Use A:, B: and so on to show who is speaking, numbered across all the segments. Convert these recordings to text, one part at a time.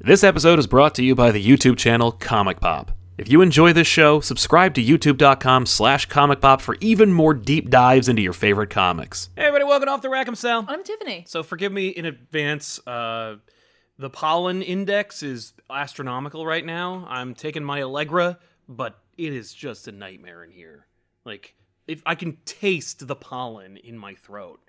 A: This episode is brought to you by the YouTube channel Comic Pop. If you enjoy this show, subscribe to youtube.com slash comic pop for even more deep dives into your favorite comics.
B: Hey everybody, welcome to off the rack. I'm Sal.
C: I'm Tiffany.
B: So forgive me in advance. Uh, the pollen index is astronomical right now. I'm taking my Allegra, but it is just a nightmare in here. Like if I can taste the pollen in my throat,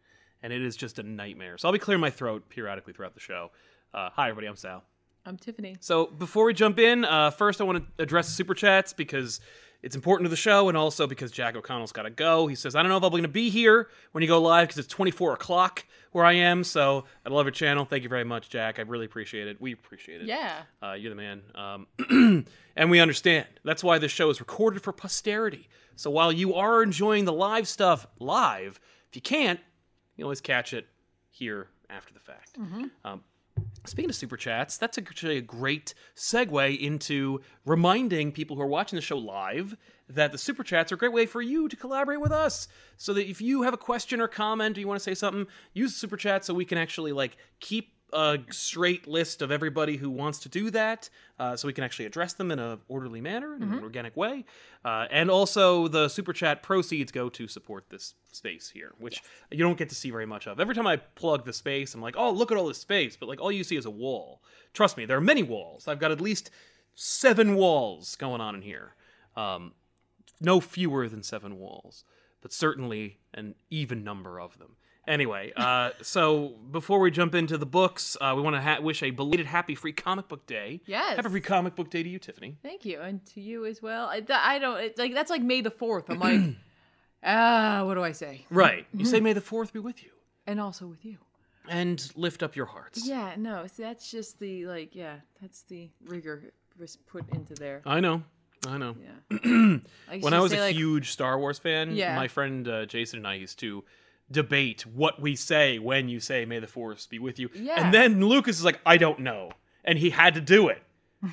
B: and it is just a nightmare. So I'll be clearing my throat periodically throughout the show. Uh, hi everybody, I'm Sal.
C: I'm Tiffany.
B: So before we jump in, uh, first I want to address super chats because it's important to the show, and also because Jack O'Connell's got to go. He says, "I don't know if I'm going to be here when you go live because it's 24 o'clock where I am." So I love your channel. Thank you very much, Jack. I really appreciate it. We appreciate it.
C: Yeah.
B: Uh, you're the man. Um, and we understand. That's why this show is recorded for posterity. So while you are enjoying the live stuff live, if you can't, you always catch it here after the fact. Um, Speaking of super chats, that's actually a great segue into reminding people who are watching the show live that the super chats are a great way for you to collaborate with us. So that if you have a question or comment or you want to say something, use the super chat so we can actually like keep a straight list of everybody who wants to do that, uh, so we can actually address them in an orderly manner, in an organic way. Uh, and also, the super chat proceeds go to support this space here, which you don't get to see very much of. Every time I plug the space, I'm like, oh, look at all this space, but like all you see is a wall. Trust me, there are many walls. I've got at least seven walls going on in here. Um, no fewer than seven walls, but certainly an even number of them. Anyway, uh, so before we jump into the books, uh, we want to ha- wish a belated happy free comic book day.
C: Yes.
B: Happy free comic book day to you, Tiffany.
C: Thank you, and to you as well. I, th- I don't it's like that's like May the fourth. I'm like, ah, what do I say?
B: Right. You
C: Mm-hmm.
B: say, may the 4th be with you
C: And also with you.
B: and lift up your hearts.
C: Yeah. No. See, that's just the like. Yeah. That's the rigor was put into there.
B: I know. I know.
C: Yeah. Like,
B: when
C: should
B: I was
C: say,
B: a
C: like,
B: huge Star Wars fan,
C: Yeah.
B: my friend uh, Jason and I used to debate what we say when you say "May the Force be with you,"
C: Yeah.
B: and then Lucas is like, "I don't know," and he had to do it.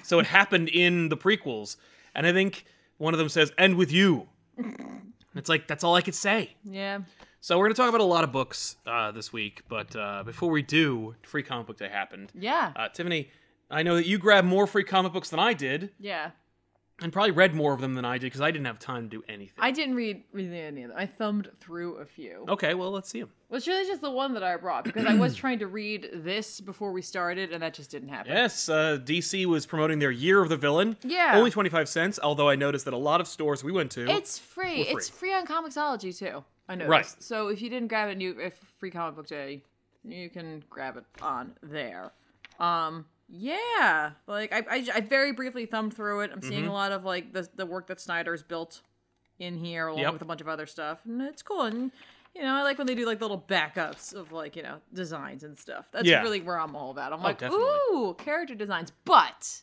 B: So it happened in the prequels, and I think one of them says "End with you." And It's like that's all I could say.
C: Yeah.
B: So we're gonna talk about a lot of books uh, this week, but uh, before we do, Free Comic Book Day happened.
C: Yeah.
B: Uh, Tiffany, I know that you grabbed more free comic books than I did,
C: yeah.
B: and probably read more of them than I did because I didn't have time to do anything.
C: I didn't read really any of them. I thumbed through a few.
B: Okay, well, let's see him.
C: Well, it's really just the one that I brought because I was trying to read this before we started, and that just didn't happen.
B: Yes, uh, DC was promoting their Year of the Villain.
C: Yeah.
B: Only 25 cents, although I noticed that a lot of stores we went to.
C: It's free.
B: free.
C: It's free on Comixology too. I know.
B: Right.
C: So if you didn't grab it, and you if free comic book day, you can grab it on there. Um. Yeah. Like I, I, I very briefly thumbed through it. I'm
B: Mm-hmm.
C: seeing a lot of like the the work that Snyder's built in here, along
B: Yep.
C: with a bunch of other stuff, and it's cool. And you know, I like when they do like little backups of like you know designs and stuff. That's
B: Yeah. Oh,
C: really where I'm all about. I'm like,
B: definitely.
C: ooh, character designs. But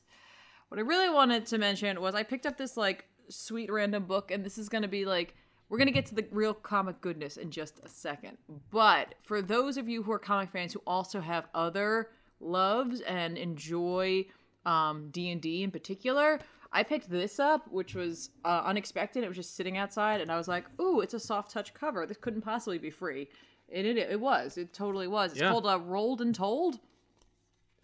C: what I really wanted to mention was I picked up this like sweet random book, and this is gonna be like we're gonna get to the real comic goodness in just a second. But for those of you who are comic fans who also have other loves and enjoy um, D and D in particular, I picked this up, which was uh, unexpected. It was just sitting outside, and I was like, "Ooh, it's a soft touch cover. This couldn't possibly be free." And it it was. It totally was. It's
B: Yeah.
C: called uh, "Rolled and Told."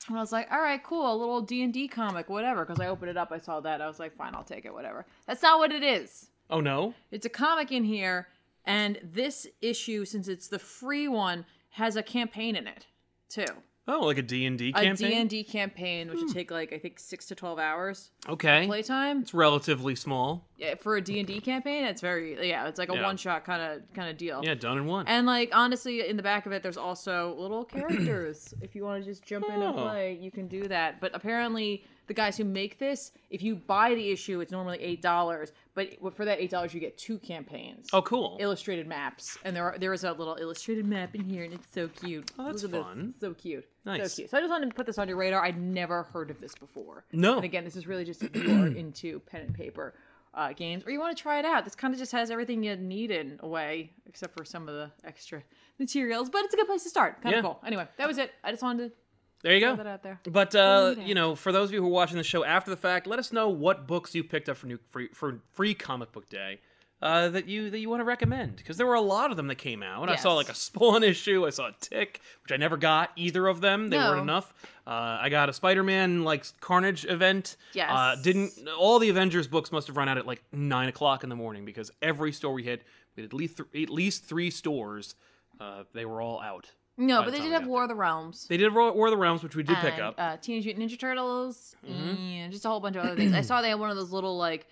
C: And I was like, all right, cool, a little D and D comic, whatever. Because I opened it up, I saw that, I was like, fine, I'll take it, whatever. That's not what it is.
B: oh, no?
C: It's a comic in here, and this issue, since it's the free one, has a campaign in it too.
B: Oh, like a D&D
C: A
B: campaign? Hmm.
C: D and D campaign, which would take like I think six to twelve hours
B: okay.
C: playtime
B: It's relatively small.
C: yeah, for a D and D campaign. It's very yeah, it's like a
B: Yeah.
C: one shot kind of kind of deal.
B: Yeah, done in one.
C: And like honestly, in the back of it, there's also little characters. if you want to just jump in and
B: Oh.
C: play, you can do that. But apparently, the guys who make this, if you buy the issue, it's normally eight dollars. But for that eight dollars, you get two campaigns,
B: oh, cool.
C: illustrated maps, and there are, there is a little illustrated map in here, and it's so cute.
B: Oh, that's
C: Look at this.
B: fun.
C: So cute.
B: Nice.
C: So cute. So I just wanted to put this on your radar. I'd never heard of this before.
B: No.
C: And again, this is really just if you are into pen and paper uh, games, or you want to try it out. This kind of just has everything you need in a way, except for some of the extra materials. But it's a good place to start. Kind
B: Yeah.
C: of cool. Anyway, that was it. I just wanted to
B: there you
C: throw that
B: go.
C: out there.
B: But, uh,
C: Read it.
B: you know, for those of you who are watching the show after the fact, let us know what books you picked up for, new, free, for free comic book day. uh, that you that you want to recommend because there were a lot of them that came out. I saw
C: Yes.
B: like a Spawn issue. I saw a Tick, which I never got either of them. They weren't
C: No.
B: enough. Uh, I got a Spider-Man like Carnage event. Uh,
C: Yes.
B: didn't all the Avengers books must have run out at like nine o'clock in the morning because every store we hit, we had at least th- at least three stores. Uh, they were all out.
C: No,
B: By the
C: but they
B: time
C: did
B: we
C: have
B: got
C: War of the Realms.
B: They did Ro- War of the Realms, which we did pick
C: and,
B: up.
C: Uh, Teenage Mutant Ninja Turtles
B: Mhm.
C: and just a whole bunch of other things. I saw they had one of those little like,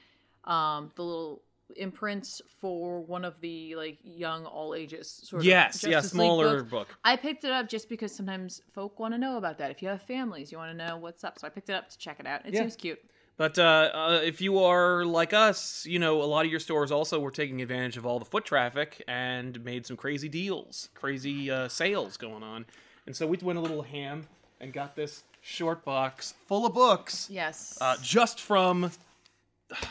C: um, the little imprints for one of the like young all ages sort of
B: yes, yeah,
C: Justice League
B: smaller
C: books.
B: book.
C: I picked it up just because sometimes folk want to know about that. If you have families, you want to know what's up. So I picked it up to check it out. It
B: Yeah.
C: seems cute.
B: But uh, uh, if you are like us, you know, a lot of your stores also were taking advantage of all the foot traffic and made some crazy deals, crazy uh, sales going on. And so we went a little ham and got this short box full of books
C: Yes.
B: uh, just from,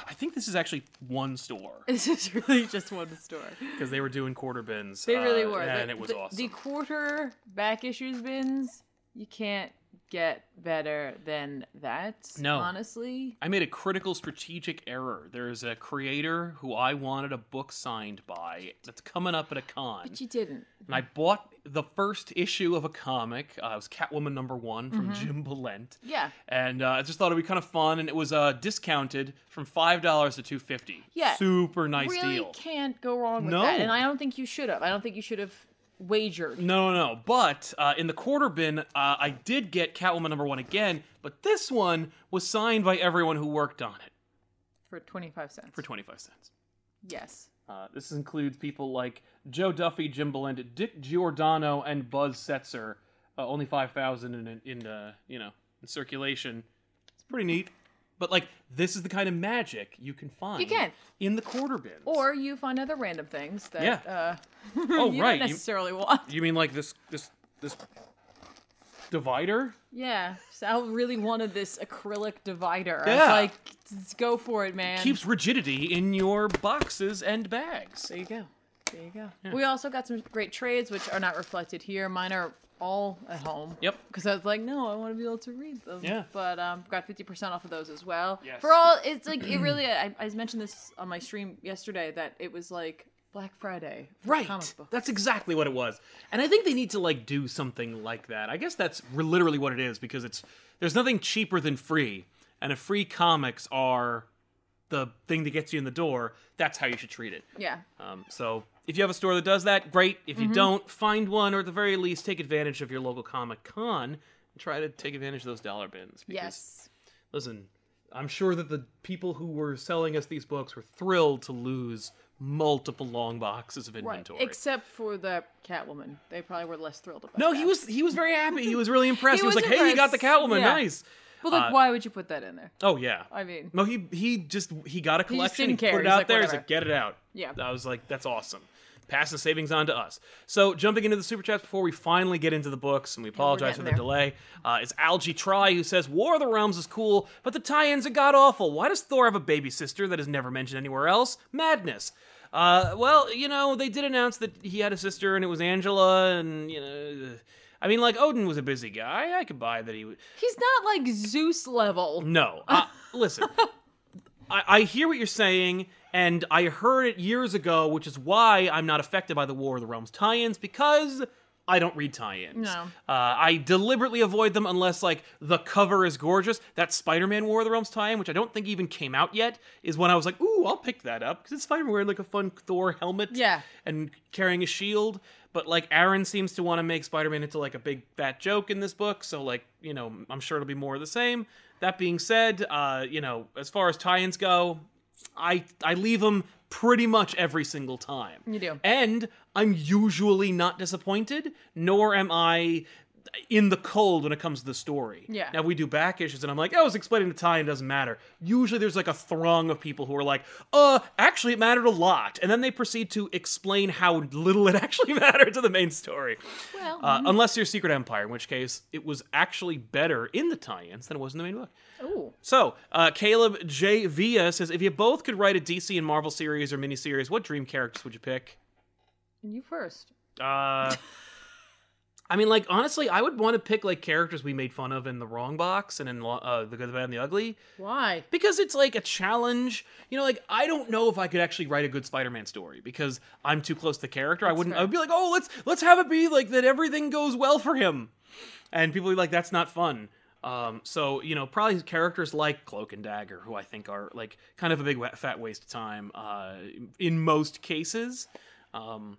B: I think this is actually one store
C: this is really just one store.
B: because they were doing quarter bins.
C: They really
B: uh,
C: were.
B: And
C: the,
B: it was
C: the-
B: awesome.
C: The quarter back issues bins, you can't get better than that.
B: No.
C: Honestly.
B: I made a critical strategic error. There's a creator who I wanted a book signed by that's coming up at a con.
C: But you didn't.
B: and I bought the first issue of a comic. Uh, it was Catwoman number one from
C: Mm-hmm.
B: Jim Belent,
C: Yeah.
B: and uh, I just thought it'd be kind of fun. And it was uh, discounted from five dollars to two fifty.
C: Yeah.
B: super nice
C: really
B: deal.
C: can't go wrong with
B: No.
C: that. And I don't think you should have. I don't think you should have wagered.
B: No, no, no. But uh, in the quarter bin, uh, I did get Catwoman number one again, but this one was signed by everyone who worked on it
C: For 25 cents.
B: for twenty five cents.
C: yes.
B: Uh, this includes people like Joe Duffy, Jim Beland, Dick Giordano, and Buzz Setzer. Uh, only five thousand in in uh, you know in circulation. It's pretty neat, but like this is the kind of magic you can find.
C: You can.
B: in the quarter bins.
C: Or you find other random things that
B: Yeah.
C: uh,
B: Oh,
C: you
B: right, you-
C: don't necessarily want.
B: you mean like this this this divider?
C: Yeah. Sal really wanted this acrylic divider. I was
B: Yeah.
C: like, "Let's go for it, man.
B: Keeps rigidity in your boxes and bags.
C: There you go. There you go. We also got some great trades, which are not reflected here. Mine are all at home.
B: Yep.
C: Because I was like, no, I want to be able to read them.
B: Yeah.
C: But um, got fifty percent off of those as well.
B: Yes.
C: For all, it's like it really. I, I mentioned this on my stream yesterday that it was like Black Friday. for
B: Right.
C: Comic books.
B: That's exactly what it was. And I think they need to like do something like that. I guess that's re- literally what it is because it's there's nothing cheaper than free. And if free comics are the thing that gets you in the door, that's how you should treat it.
C: Yeah.
B: Um, so if you have a store that does that, great. If
C: Mm-hmm.
B: you don't, find one or at the very least take advantage of your local Comic Con and try to take advantage of those dollar bins. because
C: Yes.
B: listen, I'm sure that the people who were selling us these books were thrilled to lose multiple long boxes of
C: Right.
B: inventory.
C: Except for the Catwoman, they probably were less thrilled about.
B: No,
C: that.
B: he was he was very happy. He was really impressed. he,
C: He
B: was,
C: was
B: like, "Hey, you got the
C: impressed.
B: Catwoman,
C: Yeah.
B: nice."
C: But like,
B: uh,
C: why would you put that in there?
B: Oh yeah.
C: I mean,
B: No, he he just he got a collection. He,
C: didn't care.
B: put it
C: He's
B: out
C: like,
B: there. He's
C: "Whatever."
B: like, "Get it out."
C: Yeah.
B: I was like, "That's awesome." Pass the savings on to us. So jumping into the super chats before we finally get into the books, and we apologize for
C: getting
B: the
C: there.
B: delay. Uh, it's Algie Try who says War of the Realms is cool, but the tie-ins are god awful. Why does Thor have a baby sister that is never mentioned anywhere else? Madness. Uh, well, you know, they did announce that he had a sister, and it was Angela, and you know, I mean, like Odin was a busy guy. I could buy that he. w-
C: he's not like Zeus level.
B: no. Uh, listen, I, I hear what you're saying, and I heard it years ago, which is why I'm not affected by the War of the Realms tie ins because. I don't read tie-ins.
C: No.
B: Uh, I deliberately avoid them unless like the cover is gorgeous. That Spider-Man War of the Realms tie-in, which I don't think even came out yet, is when I was like, "Ooh, I'll pick that up" because it's Spider-Man wearing like a fun Thor helmet
C: Yeah.
B: and carrying a shield. But like Aaron seems to want to make Spider-Man into like a big fat joke in this book, so like you know I'm sure it'll be more of the same. That being said, uh, you know as far as tie-ins go, I I leave them pretty much every single time.
C: You do.
B: and I'm usually not disappointed, nor am I in the cold when it comes to the story.
C: Yeah.
B: Now we do back issues, and I'm like, oh, it's explaining the tie-in doesn't matter. Usually, there's like a throng of people who are like, uh, actually, it mattered a lot, and then they proceed to explain how little it actually mattered to the main story.
C: Well,
B: Uh, unless you're Secret Empire, in which case it was actually better in the tie-ins than it was in the main book.
C: ooh.
B: So, uh, Caleb J. Villa says, if you both could write a DC and Marvel series or miniseries, what dream characters would you pick?
C: You first.
B: Uh, I I mean, like honestly, I would want to pick like characters we made fun of in the wrong box and in uh, the good, the bad, and the ugly
C: Why?
B: because it's like a challenge. You know, like I don't know if I could actually write a good Spider-Man story because I'm too close to the character. I wouldn't.
C: fair.
B: I'd be like, oh, let's let's have it be like that. Everything goes well for him, and people be like, that's not fun. Um, so you know, probably characters like Cloak and Dagger, who I think are like kind of a big wa- fat waste of time uh, in most cases. Um,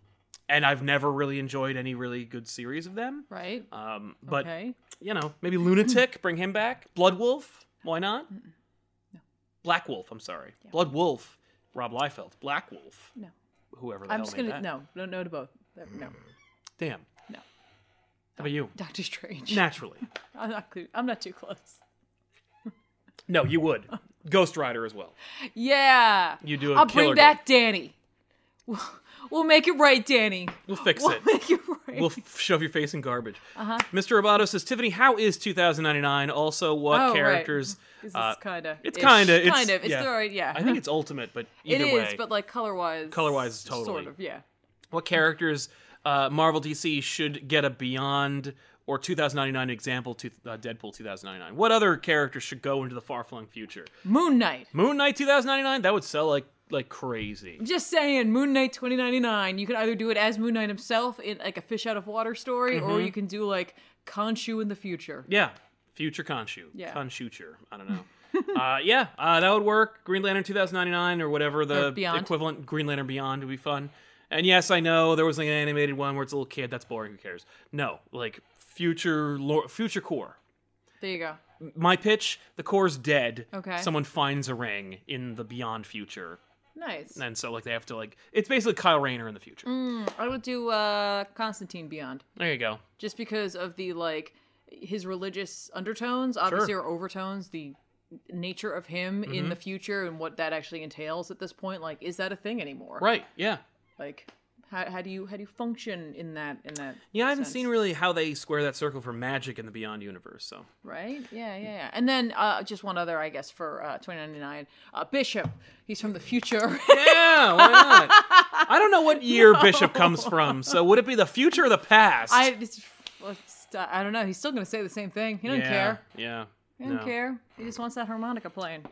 B: and I've never really enjoyed any really good series of them.
C: Right?
B: Um, but
C: okay.
B: you know, maybe Lunatic, bring him back. Blood Wolf, why not? Black Wolf, I'm sorry. Blood Wolf, Rob Liefeld. Black Wolf,
C: No.
B: whoever the
C: I'm
B: hell
C: just
B: made that.
C: gonna no, no, no to both. Uh, No,
B: Mm. Damn.
C: No.
B: How about you?
C: Doctor Strange.
B: Naturally.
C: I'm not. Clu- I'm not too close.
B: No, you would. Ghost Rider as well.
C: Yeah.
B: You do a
C: Oh. I'll
B: killer
C: bring back Danny. We'll, we'll make it right, Danny.
B: We'll fix
C: We'll
B: it.
C: make it right.
B: We'll f- shove your face in garbage. Uh-huh. Mr. Roboto says, Tiffany, how is 2099? Also, what
C: Oh, right.
B: characters?
C: this
B: uh,
C: is kind of.
B: it's kinda- it's-
C: kind of. It's
B: yeah.
C: the right. Yeah.
B: I think it's ultimate, but
C: Uh-huh. It
B: either
C: is,
B: way.
C: but like color wise.
B: Color-wise, totally.
C: Sort of. Yeah.
B: what characters uh, Marvel DC should get a Beyond or 2099 example to uh, Deadpool 2099? What other characters should go into the far flung future?
C: Moon Knight.
B: Moon Knight 2099 that would sell like like crazy.
C: I'm just saying, Moon Knight 2099. You can either do it as Moon Knight himself in like a fish out of water story, or you can do like Khonshu in the future.
B: Mm-hmm. Yeah, future Khonshu,
C: Yeah.
B: Khonshucher. I don't know. uh, yeah, uh, that would work. Green Lantern 2099 or whatever the
C: Or Beyond.
B: equivalent Green Lantern Beyond would be fun. And yes, I know there was like an animated one where it's a little kid. That's boring. Who cares? No, like future lore, future core.
C: There you go.
B: my pitch the core's dead
C: Okay.
B: someone finds a ring in the beyond future
C: Nice.
B: and so like they have to like it's basically kyle rayner in the future
C: Mm, I would do uh, Constantine Beyond
B: there you go
C: just because of the like his religious undertones, obviously, or overtones, the nature of him
B: Mm-hmm.
C: in the future and what that actually entails at this point. Like, is that a thing anymore?
B: right yeah
C: Like, how, how do you how do you function in that in that?
B: yeah i haven't
C: sense?
B: seen really how they square that circle for magic in the beyond universe so
C: Right? Yeah, yeah, yeah. And then uh, just one other, I guess, for uh, 2099. Uh, Bishop. He's from the future.
B: yeah why not i don't know what year bishop comes from so would it be the future or the past
C: I it's, it's- I don't know. He's still going to say the same thing. He doesn't
B: yeah,
C: care.
B: yeah
C: He doesn't
B: no.
C: care. He just wants that harmonica playing.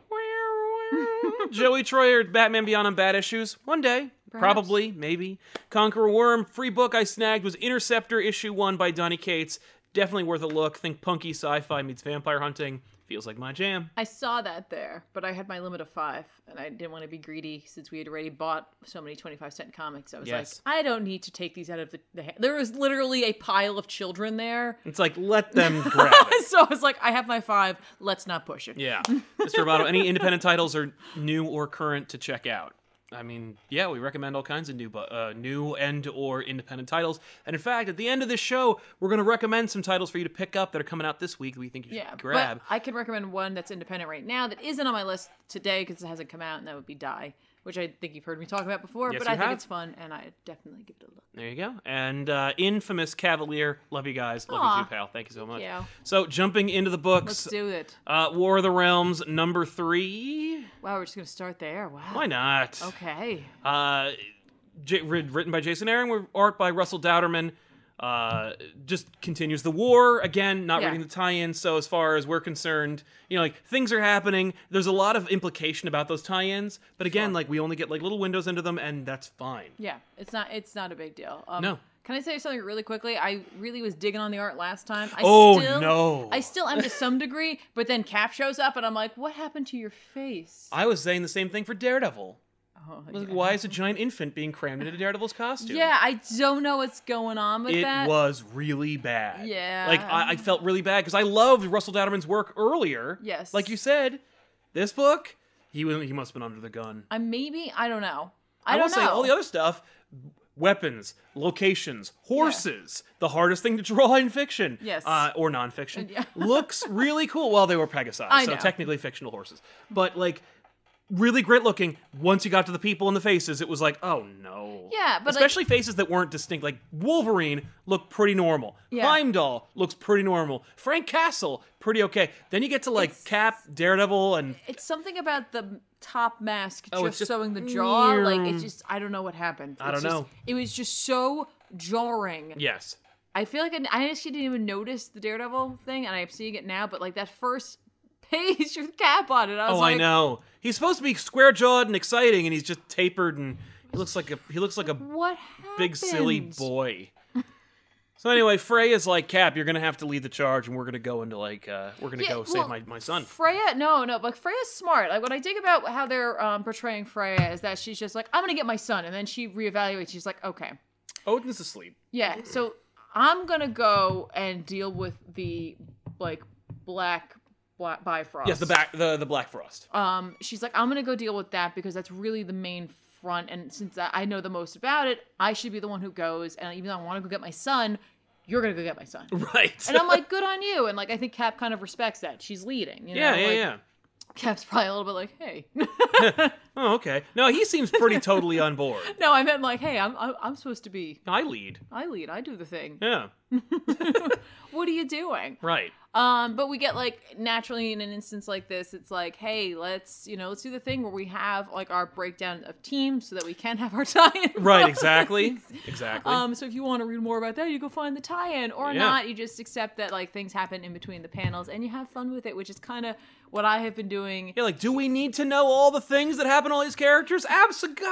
B: Joey Troyer, Batman Beyond on Bad Issues. One day.
C: Perhaps.
B: Probably, maybe. Conqueror Worm, free book I snagged was Interceptor Issue 1 by Donny Cates. Definitely worth a look. Think punky sci fi meets vampire hunting. Feels like my jam.
C: I saw that there, but I had my limit of five, and I didn't want to be greedy since we had already bought so many 25 cent comics. I was
B: Yes.
C: like, I don't need to take these out of the. the ha-. There was literally a pile of children there.
B: It's like, let them grab it.
C: so I was like, I have my five. Let's not push it.
B: Yeah. Mr. Roboto, any independent titles are new or current to check out? I mean, yeah, we recommend all kinds of new, bu- uh, new and or independent titles. And in fact, at the end of this show, we're going to recommend some titles for you to pick up that are coming out this week that we think you should
C: Yeah,
B: grab.
C: but I could recommend one that's independent right now that isn't on my list today because it hasn't come out, and that would be Die, which I think you've heard me talk about before.
B: Yes,
C: but
B: you
C: I think
B: have.
C: it's fun, and I definitely give it a look.
B: There you go. And uh, infamous Cavalier. Love you guys. Love
C: Aw.
B: you too, pal. Thank you so much.
C: you.
B: So jumping into the
C: Let's
B: books,
C: do it.
B: uh, War of the Realms number three.
C: Wow, we're just gonna start there. Wow.
B: Why not?
C: Okay.
B: Uh, J- writ- written by Jason Aaron, with art by Russell Dowderman. Uh, just continues the war again. Not
C: Yeah.
B: reading the tie-in. So as far as we're concerned, you know, like things are happening. There's a lot of implication about those tie-ins, but again, like we only get like little windows into them, and that's fine.
C: Yeah, it's not. It's not a big deal. Um,
B: No.
C: Can I say something really quickly? I really was digging on the art last time. I
B: Oh,
C: still,
B: no.
C: I still am to some degree, but then Cap shows up, and I'm like, "What happened to your face?"
B: I was saying the same thing for Daredevil.
C: Oh,
B: Like,
C: yeah.
B: Why is a giant infant being crammed into Daredevil's costume?
C: Yeah, I don't know what's going on with
B: It
C: that.
B: was really bad.
C: Yeah.
B: Like, I, I felt really bad because I loved Russell Dowderman's work earlier.
C: Yes.
B: Like you said, this book, he, wa- he must have been under the gun.
C: I maybe I don't know. I,
B: will
C: don't know.
B: say, all the other stuff weapons, locations, horses, the hardest thing to draw in fiction.
C: Yes.
B: Uh, or nonfiction.
C: yeah.
B: looks really cool. Well, they were Pegasi,
C: I
B: so
C: know.
B: technically fictional horses. But, like, really great looking. Once you got to the people and the faces, it was like, oh no.
C: Yeah, but, like-
B: especially faces that weren't distinct. Like Wolverine looked pretty normal.
C: Yeah.
B: Heimdall looks pretty normal. Frank Castle, pretty okay. Then you get to like
C: It's-
B: Cap, Daredevil, and
C: It's something about the top mask
B: Oh, it's just-
C: just, sewing the jaw. Like
B: Yeah.
C: it's just I don't know what happened.
B: I
C: It's
B: don't
C: just-
B: know.
C: It was just so jarring
B: yes,
C: I feel like I, I actually didn't even notice the Daredevil thing, and I'm seeing it now. But like that first page with cap on it, I was
B: Oh,
C: like,
B: I know. He's supposed to be square jawed and exciting, and he's just tapered and he looks like a he looks like a
C: what happened?
B: big silly boy. So anyway, Frey is like Cap. You're gonna have to lead the charge, and we're gonna go into like uh, we're gonna
C: Yeah,
B: go save
C: well,
B: my, my son.
C: Freya, no, no, but Freya's smart. Like what I dig about how they're um, portraying Freya is that she's just like, I'm gonna get my son, and then she reevaluates. She's like, okay,
B: Odin's asleep.
C: yeah, so I'm gonna go and deal with the like black, black bifrost.
B: Yes, the back the the Black Frost.
C: um, she's like, I'm gonna go deal with that because that's really the main front. And since I I know the most about it, I should be the one who goes. And even though I want to go get my son, you're gonna go get my son.
B: Right.
C: And I'm like, good on you. And like, I think Cap kind of respects that. She's leading. You know?
B: yeah, yeah,
C: like,
B: yeah.
C: Cap's probably a little bit like, hey,
B: Oh, okay. No, he seems pretty totally on board.
C: no, I meant like, hey, I'm I'm, I'm supposed to be.
B: I lead.
C: I lead. I do the thing.
B: Yeah.
C: What are you doing?
B: Right.
C: Um, but we get like naturally in an instance like this, it's like, hey, let's you know, let's do the thing where we have like our breakdown of teams so that we can have our tie-in.
B: Right. Exactly. Exactly.
C: Um, so if you want to read more about that, you go find the tie-in, or
B: Yeah.
C: not, you just accept that like things happen in between the panels and you have fun with it, which is kind of what I have been doing.
B: yeah. Like, do we need to know all the things that happen to all these characters? Absolutely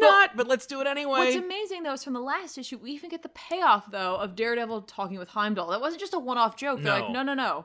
C: but-
B: not. But let's do it
C: What's
B: anyway.
C: amazing though is from the last issue, we even get the payoff though of Daredevil talking with Heimdall. That wasn't just a one-off joke. They're like,
B: No.
C: no, no, no,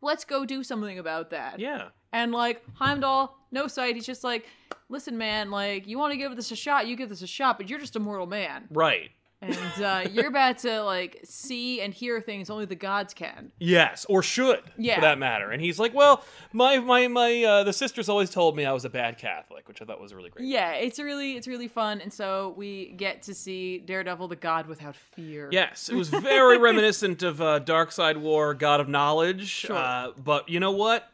C: let's go do something about that.
B: yeah.
C: And like Heimdall, no sight. He's just like, listen, man, like you want to give this a shot, you give this a shot, but you're just a mortal man,
B: Right.
C: and uh, you're about to like see and hear things only the gods can.
B: Yes, or should,
C: Yeah.
B: for that matter. And he's like, "Well, my my my uh, the sisters always told me I was a bad Catholic, which I thought was really great."
C: Yeah, it's really it's really fun, and so we get to see Daredevil, the god without fear.
B: Yes, it was very reminiscent of uh, Dark Side War, God of Knowledge.
C: Sure.
B: Uh, but you know what?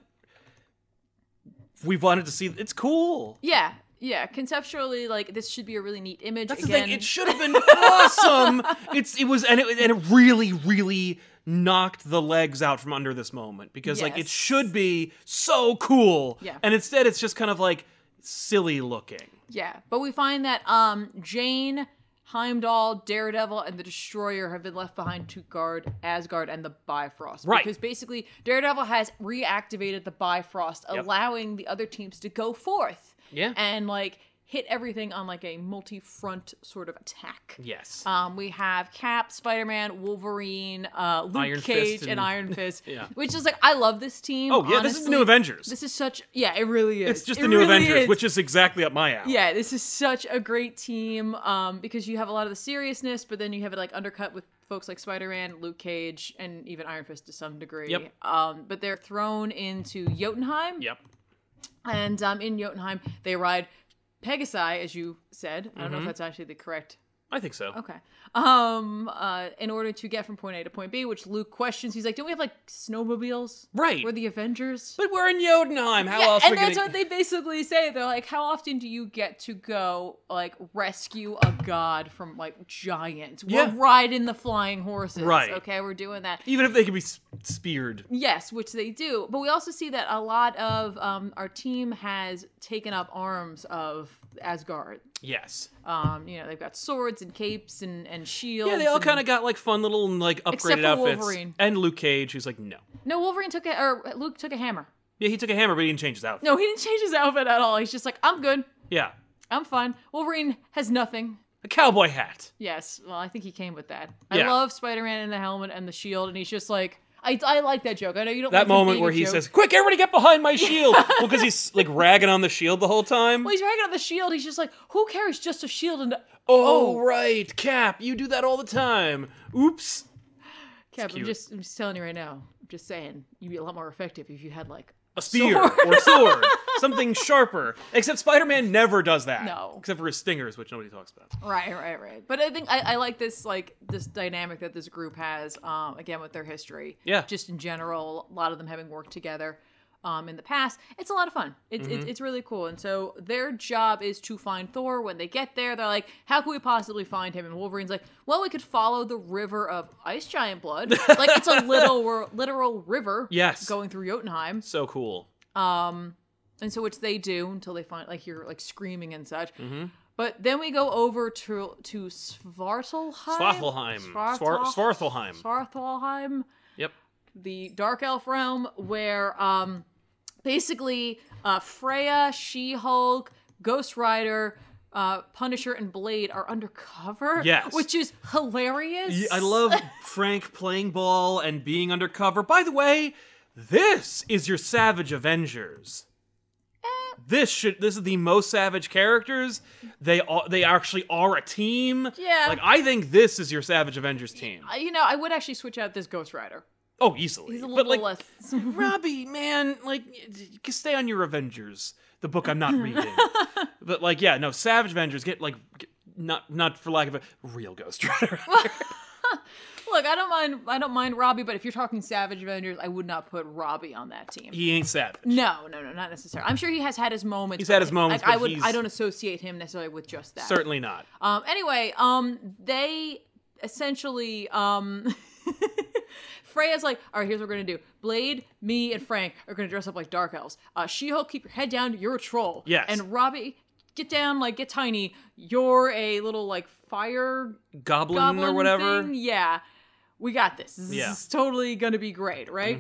B: We wanted to see. It's cool.
C: yeah, yeah. Conceptually, like this should be a really neat image.
B: That's the
C: Again,
B: thing. It should have been awesome. It's it was and it and it really really knocked the legs out from under this moment because like it
C: Yes.
B: should be so cool.
C: Yeah.
B: And instead, it's just kind of like silly looking.
C: Yeah, but we find that um Jane, Heimdall, Daredevil, and the Destroyer have been left behind to guard Asgard and the Bifrost.
B: Right.
C: Because basically, Daredevil has reactivated the Bifrost,
B: Yep.
C: allowing the other teams to go forth
B: Yeah.
C: and like hit everything on like a multi-front sort of attack.
B: Yes.
C: Um, we have Cap, Spider Man, Wolverine, uh, Luke
B: Iron
C: Cage,
B: Fist
C: and,
B: and-
C: Iron Fist.
B: Yeah.
C: Which is like, I love this team.
B: oh yeah, this is the new
C: honestly.
B: Avengers.
C: This is such, yeah, it really is.
B: it's just
C: It
B: the new
C: really
B: Avengers,
C: is.
B: which is exactly up my alley.
C: Yeah, this is such a great team um, because you have a lot of the seriousness, but then you have it like undercut with folks like Spider Man, Luke Cage, and even Iron Fist to some degree.
B: Yep.
C: Um, but they're thrown into Jotunheim.
B: Yep.
C: And um, in Jotunheim, they ride Pegasi, as you said.
B: Mm-hmm.
C: I don't know if that's actually the correct
B: I think so.
C: Okay. Um. Uh. In order to get from point A to point B, which Luke questions, he's like, "Don't we have like snowmobiles?
B: Right.
C: We're the Avengers."
B: But we're in Jotunheim. How
C: yeah,
B: else are
C: and
B: we
C: that's
B: gonna?
C: what they basically say. They're like, "How often do you get to go like rescue a god from like giants?
B: Yeah.
C: We're riding the flying horses,
B: Right.
C: Okay, we're doing that."
B: Even if they could be s- speared.
C: Yes, which they do. But we also see that a lot of um, our team has taken up arms of Asgard.
B: Yes.
C: Um, you know, they've got swords and capes and, and shields.
B: Yeah, they all
C: and-
B: kind of got like fun little like
C: Except
B: upgraded
C: for
B: outfits.
C: Wolverine.
B: And Luke Cage, who's like, no.
C: No, Wolverine took a or Luke took a hammer.
B: Yeah, he took a hammer, but he didn't change his outfit.
C: No, he didn't change his outfit at all. He's just like, I'm good.
B: Yeah,
C: I'm fine. Wolverine has nothing.
B: a cowboy hat.
C: Yes. Well, I think he came with that. I
B: Yeah.
C: love Spider-Man in the helmet and the shield, and he's just like, I, I like that joke. I know you don't. like
B: That
C: it
B: moment
C: being
B: where
C: a
B: he
C: joke.
B: says, "Quick, everybody, get behind my shield!" well, because he's like ragging on the shield the whole time.
C: Well, he's ragging on the shield. He's just like, who carries just a shield? And
B: oh, right, Cap, you do that all the time. Oops.
C: Cap, I'm
B: cute.
C: just, I'm just telling you right now. I'm just saying, you'd be a lot more effective if you had like
B: a spear or sword, something sharper. Except Spider-Man never does that.
C: No.
B: except for his stingers, which nobody talks about.
C: Right, right, right. But I think I, I like this like this dynamic that this group has. Um, again with their history.
B: Yeah.
C: Just in general, a lot of them having worked together, um, in the past. It's a lot of fun. It's
B: Mm-hmm.
C: it's it's really cool. And so their job is to find Thor. When they get there, they're like, "How can we possibly find him?" And Wolverine's like, "Well, we could follow the river of ice giant blood. like it's a little literal river.
B: Yes.
C: Going through Jotunheim.
B: So cool. Mm-hmm.
C: And so which they do until they find like hear like screaming and such. But then we go over to to Svartalheim.
B: Swathelheim. Swar-
C: Svartal-
B: Swarthelheim.
C: Svartalheim,
B: Yep.
C: the Dark Elf realm, where um, basically uh, Freya, She Hulk, Ghost Rider, uh, Punisher, and Blade are undercover.
B: Yes.
C: which is hilarious.
B: Yeah, I love Frank playing ball and being undercover. By the way, this is your Savage Avengers.
C: Eh.
B: This should this is the most savage characters. They all they actually are a team.
C: Yeah.
B: Like I think this is your Savage Avengers team.
C: I- You know, I would actually switch out this Ghost Rider.
B: Oh, easily.
C: He's a
B: But,
C: little
B: like,
C: less.
B: Robbie, man, like, you can stay on your Avengers, the book I'm not reading. but like, yeah, no, Savage Avengers, get like, get- not not for lack of a real Ghost Rider.
C: Look, I don't mind. I don't mind Robbie, but if you're talking Savage Avengers, I would not put Robbie on that team.
B: he ain't savage.
C: No, no, no, not necessarily. I'm sure he has had his moments.
B: He's had
C: but
B: his moments,
C: I, I
B: but
C: would.
B: he's-
C: I don't associate him necessarily with just that.
B: Certainly not.
C: Um. Anyway, um, they essentially, um, Freya's like, all right, here's what we're gonna do. Blade, me, and Frank are gonna dress up like dark elves. Uh, She-Hulk, keep your head down. You're a troll.
B: Yes.
C: And Robbie, get down, like get tiny. You're a little like fire
B: Goblin,
C: goblin
B: or whatever.
C: thing. Yeah, we got this. This
B: Yeah. Mm-hmm.
C: is totally gonna be great, right?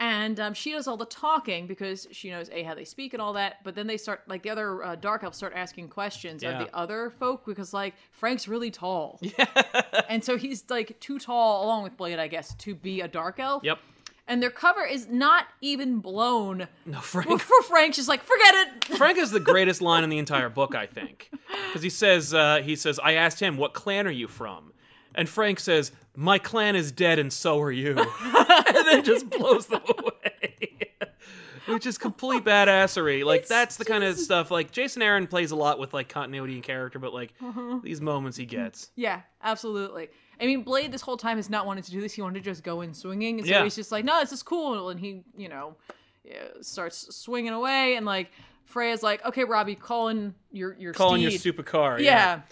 C: And um, she does all the talking because she knows a how they speak and all that. But then they start like the other uh, dark elves start asking questions
B: Yeah.
C: of the other folk because like Frank's really tall, and so he's like too tall along with Blade, I guess, to be a dark elf.
B: Yep.
C: And their cover is not even blown.
B: No,
C: Well,
B: Frank.
C: for Frank, she's like, forget it.
B: Frank is the greatest line in the entire book, I think, because he says uh, he says I asked him what clan are you from, and Frank says my clan is dead and so are you, and then just blows them away, which is complete badassery. Like that's the kind of stuff. Like Jason Aaron plays a lot with like continuity and character, but like
C: Uh-huh.
B: these moments he gets.
C: Yeah, absolutely. I mean, Blade this whole time has not wanted to do this. He wanted to just go in swinging. And so
B: Yeah.
C: he's just like, no, this is cool. And he, you know, yeah, starts swinging away. And like, Freya's like, okay, Robbie, call in your, your
B: Calling your
C: steed."
B: supercar.
C: Yeah.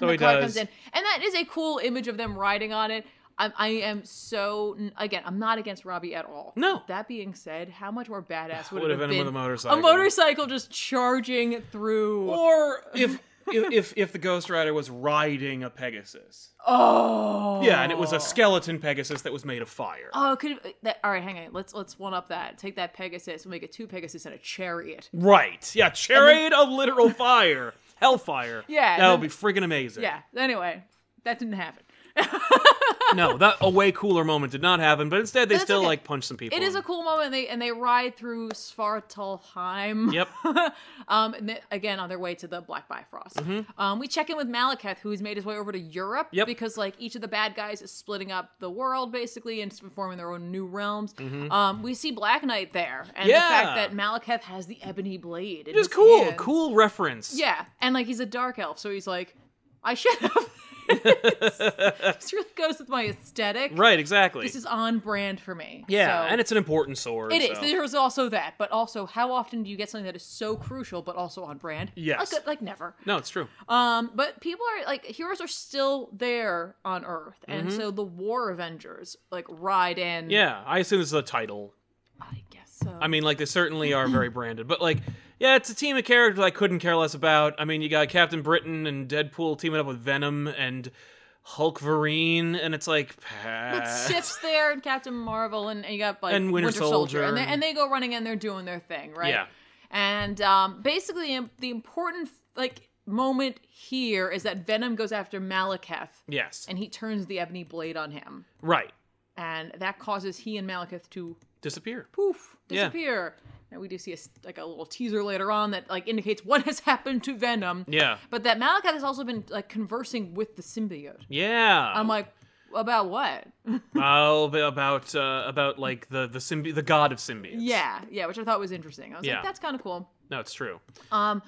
B: So
C: and
B: he
C: the car
B: does.
C: comes in. And that is a cool image of them riding on it. I, I am so, again, I'm not against Robbie at all.
B: No.
C: That being said, how much more badass would,
B: Would
C: it
B: have
C: have
B: been with a motorcycle.
C: A motorcycle just charging through.
B: Or if. if, if if the Ghost Rider was riding a Pegasus,
C: oh.
B: yeah, and it was a skeleton Pegasus that was made of fire.
C: Oh, it could that all right, hang on. Let's let's one up that. Take that Pegasus, we'll make it two Pegasus and a chariot.
B: Right. Yeah, Chariot of Literal Fire. Hellfire.
C: Yeah, and
B: That would
C: then-
B: be friggin' amazing.
C: Yeah. Anyway, that didn't happen.
B: No, that a way cooler moment did not happen, but instead they
C: That's
B: still
C: okay.
B: like punch some people.
C: It is
B: in.
C: a cool moment and they and they ride through Svartalheim.
B: Yep.
C: um and then, again on their way to the Black Bifrost. Um we check in with Malekith who's made his way over to Europe
B: Mm-hmm. Yep.
C: because like each of the bad guys is splitting up the world basically and forming their own new realms. Um we see Black Knight there
B: Mm-hmm.
C: and
B: Yeah.
C: the fact that Malekith has the ebony blade. in
B: It is
C: his
B: cool.
C: hands.
B: Cool reference.
C: Yeah, and like he's a dark elf, so he's like, I should have. this really goes with my aesthetic.
B: Right, exactly.
C: This is on brand for me.
B: yeah,
C: so.
B: and it's an important sword.
C: It is.
B: so-
C: There was also that, but also, how often do you get something that is so crucial but also on brand?
B: Yes.
C: like, like never.
B: No, it's true.
C: Um, but people are like heroes are still there on Earth, and so the War Avengers like ride in.
B: Mm-hmm. Yeah, I assume this is a title.
C: I guess so.
B: I mean, like they certainly are very branded, but like, yeah, it's a team of characters I couldn't care less about. I mean, you got Captain Britain and Deadpool teaming up with Venom and Hulk Vereen, and it's like,
C: But
B: pass.
C: Sif's there and Captain Marvel and, and you got like
B: Uh, And Winter Soldier.
C: and, they, and they go running and they're doing their thing, right?
B: Yeah.
C: And um, basically, im- the important like moment here is that Venom goes after Malekith
B: Yes.
C: and he turns the ebony blade on him,
B: Right.
C: and that causes he and Malekith to
B: Disappear.
C: poof
B: Yeah.
C: disappear. And we do see a, s- like a little teaser later on that like indicates what has happened to Venom.
B: Yeah.
C: But that Malekith has also been like conversing with the symbiote.
B: Yeah.
C: I'm like, about what?
B: Oh, b- about uh, about like the the symbi- the god of symbiotes.
C: Yeah, yeah, which I thought was interesting. I was
B: Yeah.
C: like, that's kind of cool.
B: No, it's true.
C: Um,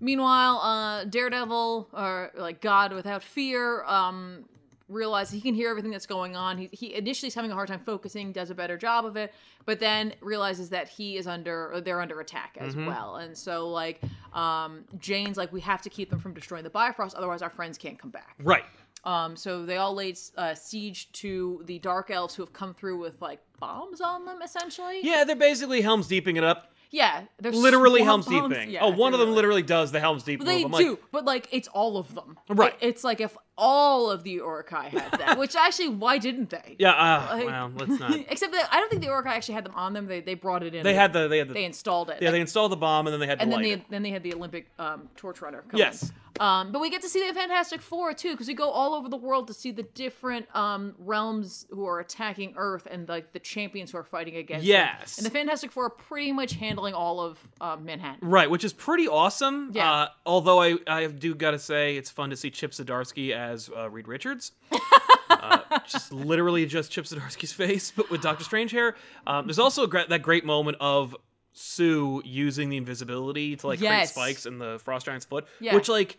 C: meanwhile, uh, Daredevil, or like God without fear, um, realizes he can hear everything that's going on. He, he initially is having a hard time focusing, does a better job of it, but then realizes that he is under, or they're under attack as well. And so, like, um, Jane's like, we have to keep them from destroying the Bifrost, otherwise our friends can't come back.
B: Right.
C: Um, so they all laid uh, siege to the Dark Elves who have come through with like bombs on them, essentially.
B: Yeah, they're basically Helm's deeping it up.
C: yeah, they're
B: Literally
C: swamp-
B: Helm's Deep thing.
C: yeah,
B: oh, one of
C: they're
B: them literally does the Helm's Deep
C: But
B: move.
C: They
B: I'm like,
C: do, but like it's all of them.
B: Right.
C: It- it's like if all of the Urukai had that, which actually, why didn't they?
B: yeah, uh,
C: Like-
B: well, let's not.
C: Except that I don't think the Urukai actually had them on them. They they brought it in.
B: They had the they had the
C: they installed it.
B: yeah they installed the bomb and then they had to
C: and then
B: light
C: they
B: it.
C: then they had the Olympic um, torch runner. Come
B: Yes.
C: On. Um, but we get to see the Fantastic Four too, because we go all over the world to see the different um, realms who are attacking Earth and like the champions who are fighting against. them.
B: Yes.
C: And the Fantastic Four are pretty much handling all of um, Manhattan.
B: Right, which is pretty awesome.
C: Yeah.
B: Uh, although I, I do gotta say, it's fun to see Chip Zdarsky as uh, Reed Richards. uh, just literally just Chip Zdarsky's face, but with Doctor Strange hair. Um, there's also a gra- that great moment of Sue using the invisibility to like create
C: Yes.
B: spikes in the Frost Giant's foot,
C: Yeah.
B: which like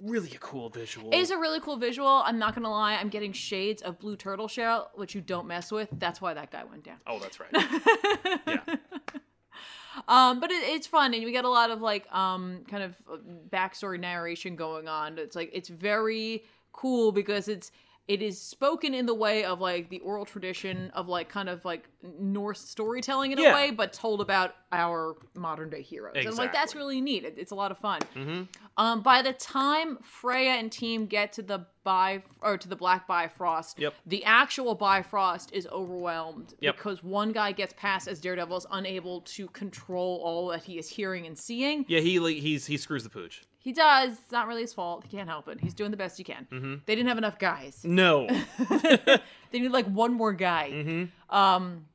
B: really a cool visual.
C: It is a really cool visual. I'm not gonna lie. I'm getting shades of blue turtle shell, which you don't mess with. That's why that guy went down.
B: oh, that's right.
C: Um, but it, it's fun, and we get a lot of like um kind of uh, backstory narration going on. It's like it's very cool because it's it is spoken in the way of like the oral tradition of like kind of like Norse storytelling in
B: Yeah.
C: a way, but told about our modern day heroes. And like that's
B: Exactly.
C: really neat. It- it's a lot of fun.
B: Mm-hmm.
C: Um, by the time Freya and team get to the by or to the Black Bifrost,
B: Yep.
C: the actual Bifrost is overwhelmed
B: Yep.
C: because one guy gets past as Daredevil is unable to control all that he is hearing and seeing.
B: yeah, he like, he's he screws the pooch.
C: He does. It's not really his fault. He can't help it. He's doing the best he can.
B: Mm-hmm.
C: They didn't have enough guys.
B: No,
C: They need like one more guy.
B: Mm-hmm.
C: Um,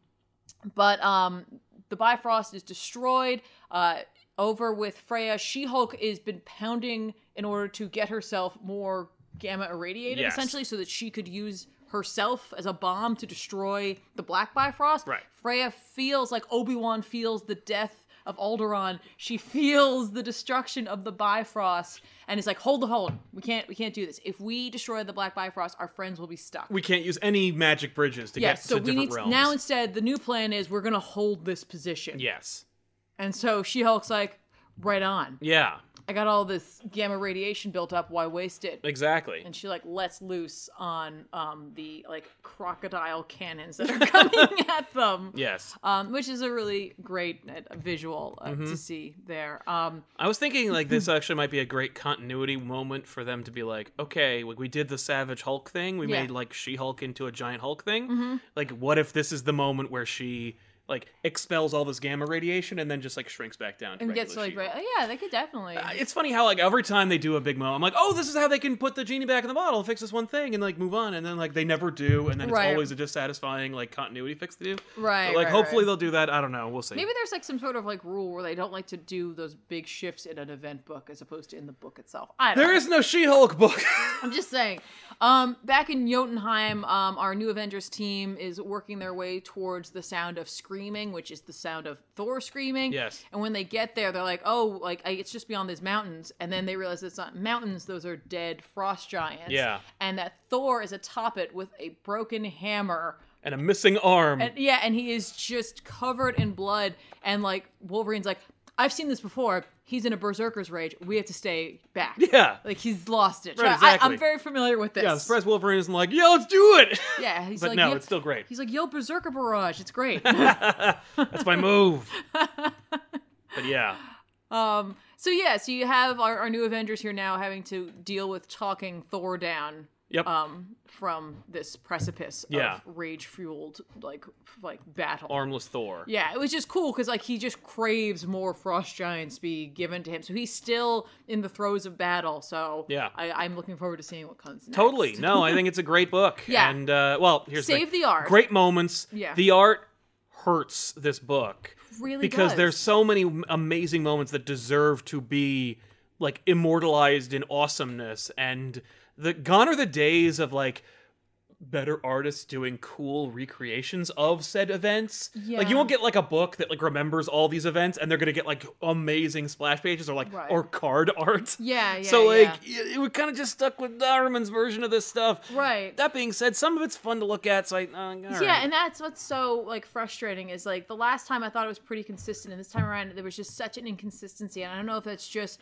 C: but um, the Bifrost is destroyed. Uh, over with Freya, She Hulk has been pounding in order to get herself more gamma irradiated,
B: Yes.
C: essentially, so that she could use herself as a bomb to destroy the Black Bifrost.
B: Right.
C: Freya feels like Obi Wan feels the death of Alderaan. She feels the destruction of the Bifrost, and is like, "Hold the hold. We can't. We can't do this. If we destroy the Black Bifrost, our friends will be stuck.
B: we can't use any magic bridges to
C: Yes,
B: get
C: so
B: to
C: we
B: different
C: need to,
B: realms.
C: now instead the new plan is we're gonna hold this position.
B: yes,
C: And so She Hulk's like, right on.
B: yeah,
C: I got all this gamma radiation built up, why waste it?
B: exactly.
C: And she like lets loose on um the like crocodile cannons that are coming at them.
B: Yes.
C: Um, which is a really great uh, visual uh,
B: Mm-hmm.
C: to see there. Um,
B: I was thinking like this actually might be a great continuity moment for them to be like, okay, like we did the Savage Hulk thing, we
C: Yeah. Mm-hmm.
B: made like She Hulk into a giant Hulk thing. Like, what if this is the moment where she like expels all this gamma radiation and then just like shrinks back down to
C: and
B: regular
C: gets like,
B: She-Hulk?
C: right, oh, yeah, they could definitely.
B: Uh, It's funny how like every time they do a big moment, I'm like, oh, this is how they can put the genie back in the bottle, fix this one thing, and like move on, and then like they never do, and then it's
C: Right.
B: always a dissatisfying like continuity fix to do.
C: Right,
B: But, like
C: right,
B: hopefully
C: right.
B: they'll do that. I don't know. We'll see.
C: Maybe there's like some sort of like rule where they don't like to do those big shifts in an event book as opposed to in the book itself. I don't
B: there
C: know.
B: is no She-Hulk book.
C: I'm just saying. Um, back in Jotunheim, um, our new Avengers team is working their way towards the sound of screaming, which is the sound of Thor screaming.
B: Yes.
C: And when they get there, they're like, "Oh, like I, it's just beyond these mountains." And then they realize it's not mountains; those are dead frost giants.
B: Yeah.
C: And that Thor is atop it with a broken hammer.
B: and a missing arm.
C: And, yeah, and he is just covered in blood. And like Wolverine's like, "I've seen this before." He's in a berserker's rage. We have to stay back.
B: Yeah.
C: Like he's lost it.
B: Right,
C: I,
B: exactly.
C: I'm very familiar with this.
B: Yeah, I'm surprised Wolverine isn't like, yeah, let's do it.
C: Yeah, he's
B: But
C: like,
B: no,
C: "Yo-"
B: it's still great.
C: He's like, yo, Berserker Barrage, it's great.
B: That's my move. but yeah,
C: um, so yeah, so you have our, our new Avengers here now having to deal with talking Thor down
B: yep.
C: um, from this precipice
B: Yeah.
C: of rage fueled like f- like battle.
B: Armless Thor.
C: yeah, it was just cool because like he just craves more frost giants be given to him, so he's still in the throes of battle. So
B: Yeah.
C: I, I'm looking forward to seeing what comes. Next.
B: Totally. No, I think it's a great book.
C: Yeah.
B: And uh, well, here's
C: Save
B: thing.
C: the art.
B: Great moments.
C: Yeah.
B: The art hurts this book
C: really
B: because
C: does.
B: there's so many m- amazing moments that deserve to be like immortalized in awesomeness and the gone are the days of like better artists doing cool recreations of said events like
C: Yeah.
B: you won't get like a book that like remembers all these events and they're gonna get like amazing splash pages or like
C: Right.
B: or card art
C: yeah, yeah.
B: so
C: yeah.
B: like it, it kind of just stuck with Darman's version of this stuff
C: Right.
B: that being said some of it's fun to look at so i uh, alright.
C: Yeah, and that's what's so like frustrating is like the last time I thought it was pretty consistent, and this time around there was just such an inconsistency, and I don't know if that's just.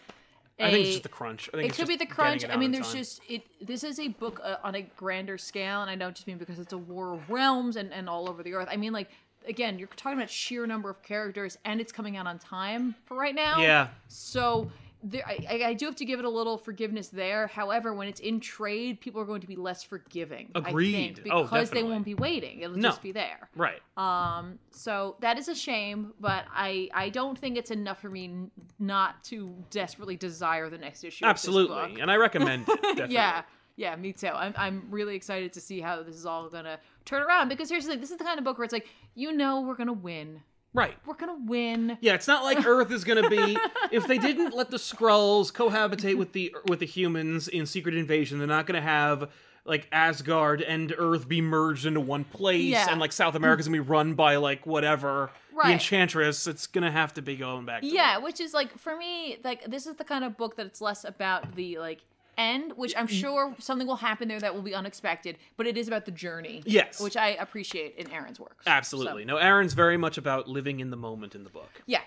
C: I
B: I think it's just the crunch I think
C: It
B: it's
C: could
B: just
C: be the
B: getting
C: crunch.
B: it
C: I
B: out
C: mean,
B: in
C: there's
B: time.
C: just it. This is a book uh, on a grander scale, and I don't just mean because it's a war of realms and and all over the earth. I mean like again, you're talking about sheer number of characters, and it's coming out on time for right now.
B: Yeah.
C: So there, I, I- I do have to give it a little forgiveness there. However, when it's in trade, people are going to be less forgiving. I think,
B: Agreed. Oh,
C: because they
B: definitely.
C: won't be waiting; it'll
B: No.
C: just be there.
B: Right.
C: Um, so that is a shame, but I I don't think it's enough for me n- not to desperately desire the next issue. of this book.
B: Absolutely. And I recommend it. Definitely.
C: Yeah. Yeah, me too. I'm, I'm really excited to see how this is all going to turn around because here's the thing this is the kind of book where it's like, you know, we're going to win.
B: Right.
C: We're going to win.
B: Yeah, it's not like Earth is going to be. if they didn't let the Skrulls cohabitate with the with the humans in Secret Invasion, they're not going to have like Asgard and Earth be merged into one place,
C: Yeah.
B: and like South America's going to be run by like whatever
C: Right.
B: the Enchantress. It's going to have to be going back. To
C: Yeah, which is like, for me, like, this is the kind of book that it's less about the, like, end, which
B: Mm-hmm.
C: I'm sure something will happen there that will be unexpected, but it is about the journey.
B: Yes.
C: Which I appreciate in Aaron's work.
B: Absolutely. No, Aaron's very much about living in the moment in the book,
C: Yeah.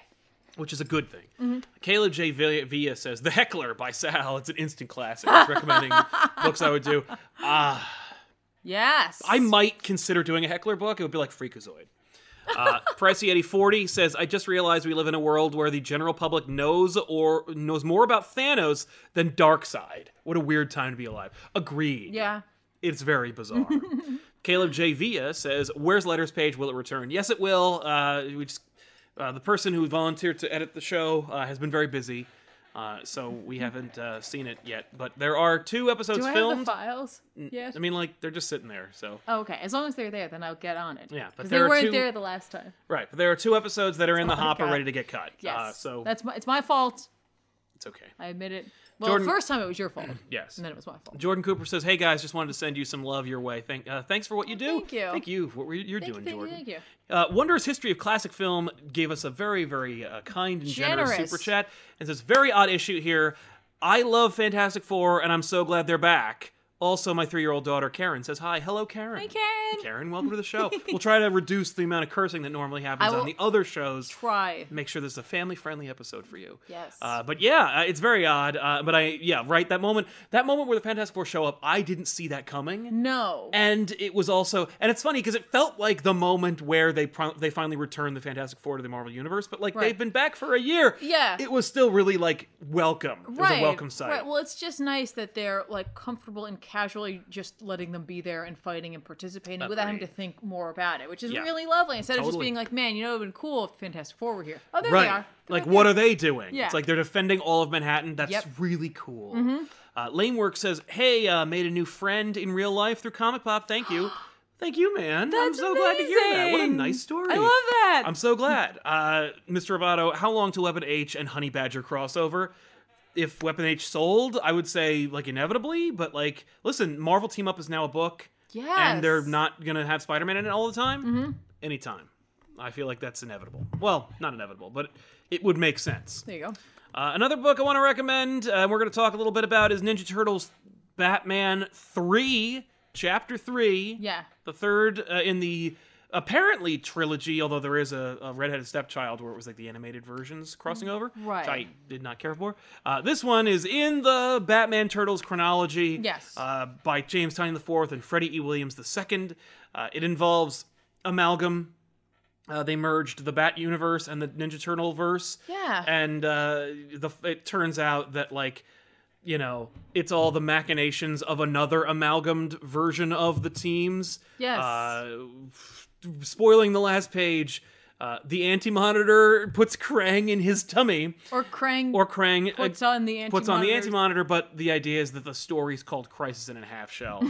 B: which is a good thing.
C: Mm-hmm.
B: Caleb J. Villa Villa says, The Heckler by Sal. It's an instant classic. It's recommending books I would do. Ah.
C: Yes.
B: I might consider doing a heckler book. It would be like Freakazoid. Uh, Pricey Eddie forty says, "I just realized we live in a world where the general public knows or knows more about Thanos than Darkseid. What a weird time to be alive." Agreed.
C: Yeah.
B: it's very bizarre. Caleb J Villa says, "Where's letters page? Will it return? Yes, it will. Uh, we just uh, the person who volunteered to edit the show uh, has been very busy." Uh, so we haven't uh, seen it yet, but there are two episodes
C: Do I have the
B: filmed.
C: files? Yes.
B: I mean, like they're just sitting there. So
C: oh, okay. As long as they're there, then I'll get on it.
B: Yeah, but
C: 'Cause
B: there
C: they
B: are
C: weren't
B: two-
C: there the last time.
B: Right, but there are two episodes that are in the
C: all I
B: hopper
C: got.
B: ready to get cut.
C: Yes.
B: Uh, so
C: that's my it's my fault.
B: it's okay.
C: I admit it. Well,
B: Jordan-
C: the first time it was your fault, and
B: Yes.
C: then it was my fault.
B: Jordan Cooper says, "Hey guys, just wanted to send you some love your way. Thank, uh, thanks for what you do.
C: Oh, Thank you.
B: Thank you for what you're doing,
C: thank you,
B: Jordan.
C: thank you.
B: Uh, Wondrous History of Classic Film gave us a very, very uh, kind and generous.
C: Generous.
B: super chat and says, Very odd issue here. I love Fantastic Four and I'm so glad they're back. Also, my three year old daughter Karen says, Hi. Hello, Karen.
C: Hi, Karen.
B: Karen, welcome to the show. we'll try to reduce the amount of cursing that normally happens
C: I
B: on
C: will
B: the other shows.
C: Try.
B: Make sure this is a family friendly episode for you.
C: Yes.
B: Uh, but yeah, uh, it's very odd. Uh, but I, yeah, right. That moment, that moment where the Fantastic Four show up, I didn't see that coming.
C: no.
B: And it was also, and it's funny because it felt like the moment where they pro- they finally returned the Fantastic Four to the Marvel Universe. But like
C: Right.
B: they've been back for a year.
C: Yeah.
B: it was still really like welcome. It was
C: right.
B: a welcome sight.
C: Right. Well, it's just nice that they're like comfortable and casually just letting them be there and fighting and participating without having to
B: Agreed.
C: think more about it, which is
B: Yeah.
C: really lovely. Instead of just
B: Totally.
C: being like, "Man, you know, it would have been cool if Fantastic Four were here." Oh, there
B: Right.
C: they are.
B: Like, what are they doing?
C: Yeah.
B: It's like they're defending all of Manhattan. That's
C: Yep. Mm-hmm.
B: really cool. Uh, Lamework says, Hey, uh, made a new friend in real life through Comic Pop. Thank you. Thank you, man. I'm
C: That's
B: so glad to hear that. What a
C: amazing.
B: nice story.
C: I love that.
B: I'm so glad. Uh, Mr. Roboto, how long till Weapon H and Honey Badger crossover? If Weapon H sold, I would say, like, inevitably, but, like, listen, Marvel Team Up is now a book.
C: yes.
B: And they're not going to have Spider Man in it all the time. Anytime. I feel like that's inevitable. Well, not inevitable, but it would make sense.
C: There you go.
B: Uh, another book I want to recommend, uh, we're going to talk a little bit about, is Ninja Turtles Batman 3, Chapter 3.
C: Yeah.
B: The third uh, in the apparently trilogy, although there is a, a redheaded stepchild where it was like the animated versions crossing over, which I
C: Right.
B: did not care for. Uh, this one is in the Batman Turtles chronology,
C: Yes.
B: uh, by James Tynion IV and Freddie E. Williams II. Uh, it involves amalgam. Uh, they merged the Bat Universe and the Ninja Turtle verse,
C: Yeah.
B: and uh, the it turns out that like you know, it's all the machinations of another amalgamed version of the teams.
C: Yes.
B: Uh, f- spoiling the last page, uh, the Anti Monitor puts Krang in his tummy,
C: or Krang
B: or Krang uh,
C: puts on the anti
B: puts on the Anti Monitor, but the idea is that the story's called Crisis in a Half Shell.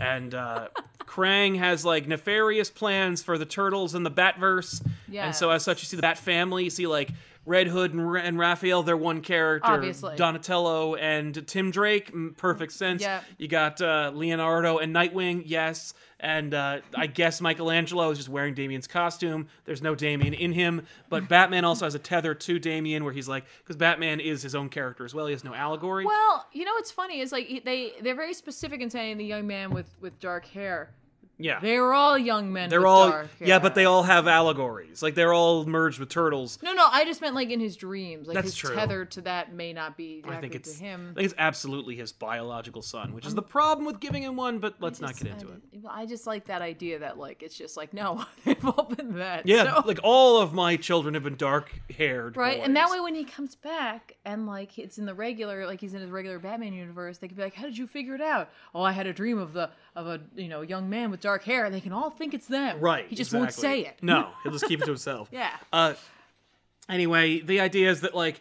B: and uh, Krang has like nefarious plans for the Turtles and the Batverse. And so, as such, you see the Bat family, you see like Red Hood and, Ra- and Raphael, they're one character.
C: Obviously.
B: Donatello and Tim Drake, mm, perfect sense.
C: Yep.
B: You got uh, Leonardo and Nightwing, yes. And uh, I guess Michelangelo is just wearing Damien's costume. There's no Damien in him. But Batman also has a tether to Damien where he's like, because Batman is his own character as well. He has no allegory.
C: Well, you know what's funny is like he- they they're very specific in saying the young man with with dark hair
B: Yeah.
C: They were all young men.
B: They're
C: with
B: all
C: dark
B: yeah, but they
C: hair.
B: all have allegories. Like they're all merged with turtles.
C: No, no, I just meant like in his dreams. Like
B: That's
C: his
B: true.
C: tether to that may not be exactly
B: I think it's
C: to him. Oh.
B: I think it's absolutely his biological son, which is the problem with giving him one. But let's not get into it.
C: I just like that idea that like it's just like no, they've all been that.
B: Yeah,
C: so-
B: like all of my children have been dark haired.
C: right, and that way when he comes back and like it's in the regular, like he's in his regular Batman universe, they could be like, "How did you figure it out? Oh, I had a dream of the of a you know young man with dark hair, and they can all think it's them.
B: right,
C: He just won't
B: exactly.
C: say it.
B: No, he'll just keep it to himself.
C: Yeah.
B: Uh, anyway, the idea is that like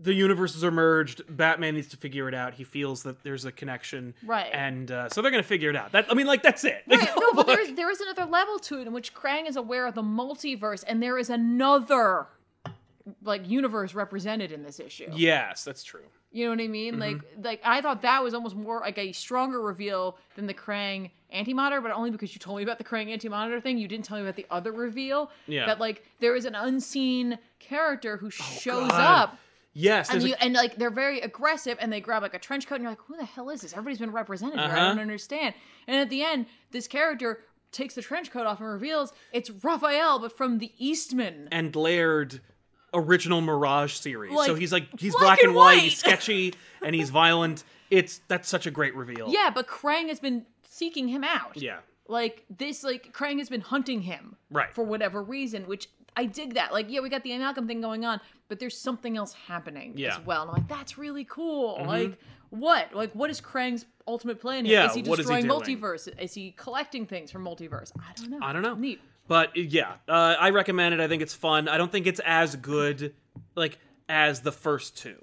B: the universes are merged. Batman needs to figure it out. He feels that there's a connection,
C: Right.
B: And uh, so they're gonna figure it out. That I mean, like that's it.
C: Right, no, but there is, there is another level to it in which Krang is aware of the multiverse, and there is another like universe represented in this issue.
B: yes, that's true.
C: You know what I mean?
B: Mm-hmm.
C: Like, like I thought that was almost more like a stronger reveal than the Krang antimatter, but only because you told me about the Krang antimatter thing, you didn't tell me about the other reveal.
B: Yeah. Oh,
C: That like there is an unseen character who shows
B: God.
C: up.
B: Yes,
C: And,
B: there's a-
C: you, and like they're very aggressive and they grab like a trench coat and you're like who the hell is this everybody's been represented here i
B: Uh-huh.
C: don't understand and at the end this character takes the trench coat off and reveals it's raphael but from the eastman
B: and Laird original Mirage series. so
C: Like,
B: he's like he's
C: black
B: black
C: and
B: and white,
C: white.
B: he's sketchy, and he's violent. It's that's such a great reveal.
C: yeah but krang has been seeking him out
B: Yeah.
C: like this like krang has been hunting him
B: Right.
C: for whatever reason which i dig that like yeah we got the amalgam thing going on but there's something else happening
B: Yeah. Mm-hmm.
C: as well and i'm like that's really cool like what like what is krang's ultimate plan here?
B: Yeah,
C: is he
B: what is he
C: destroying
B: doing?
C: multiverse is he collecting things from multiverse i don't know
B: I don't know.
C: neat
B: But uh, yeah, uh, I recommend it. I think it's fun. I don't think it's as good like as the first two.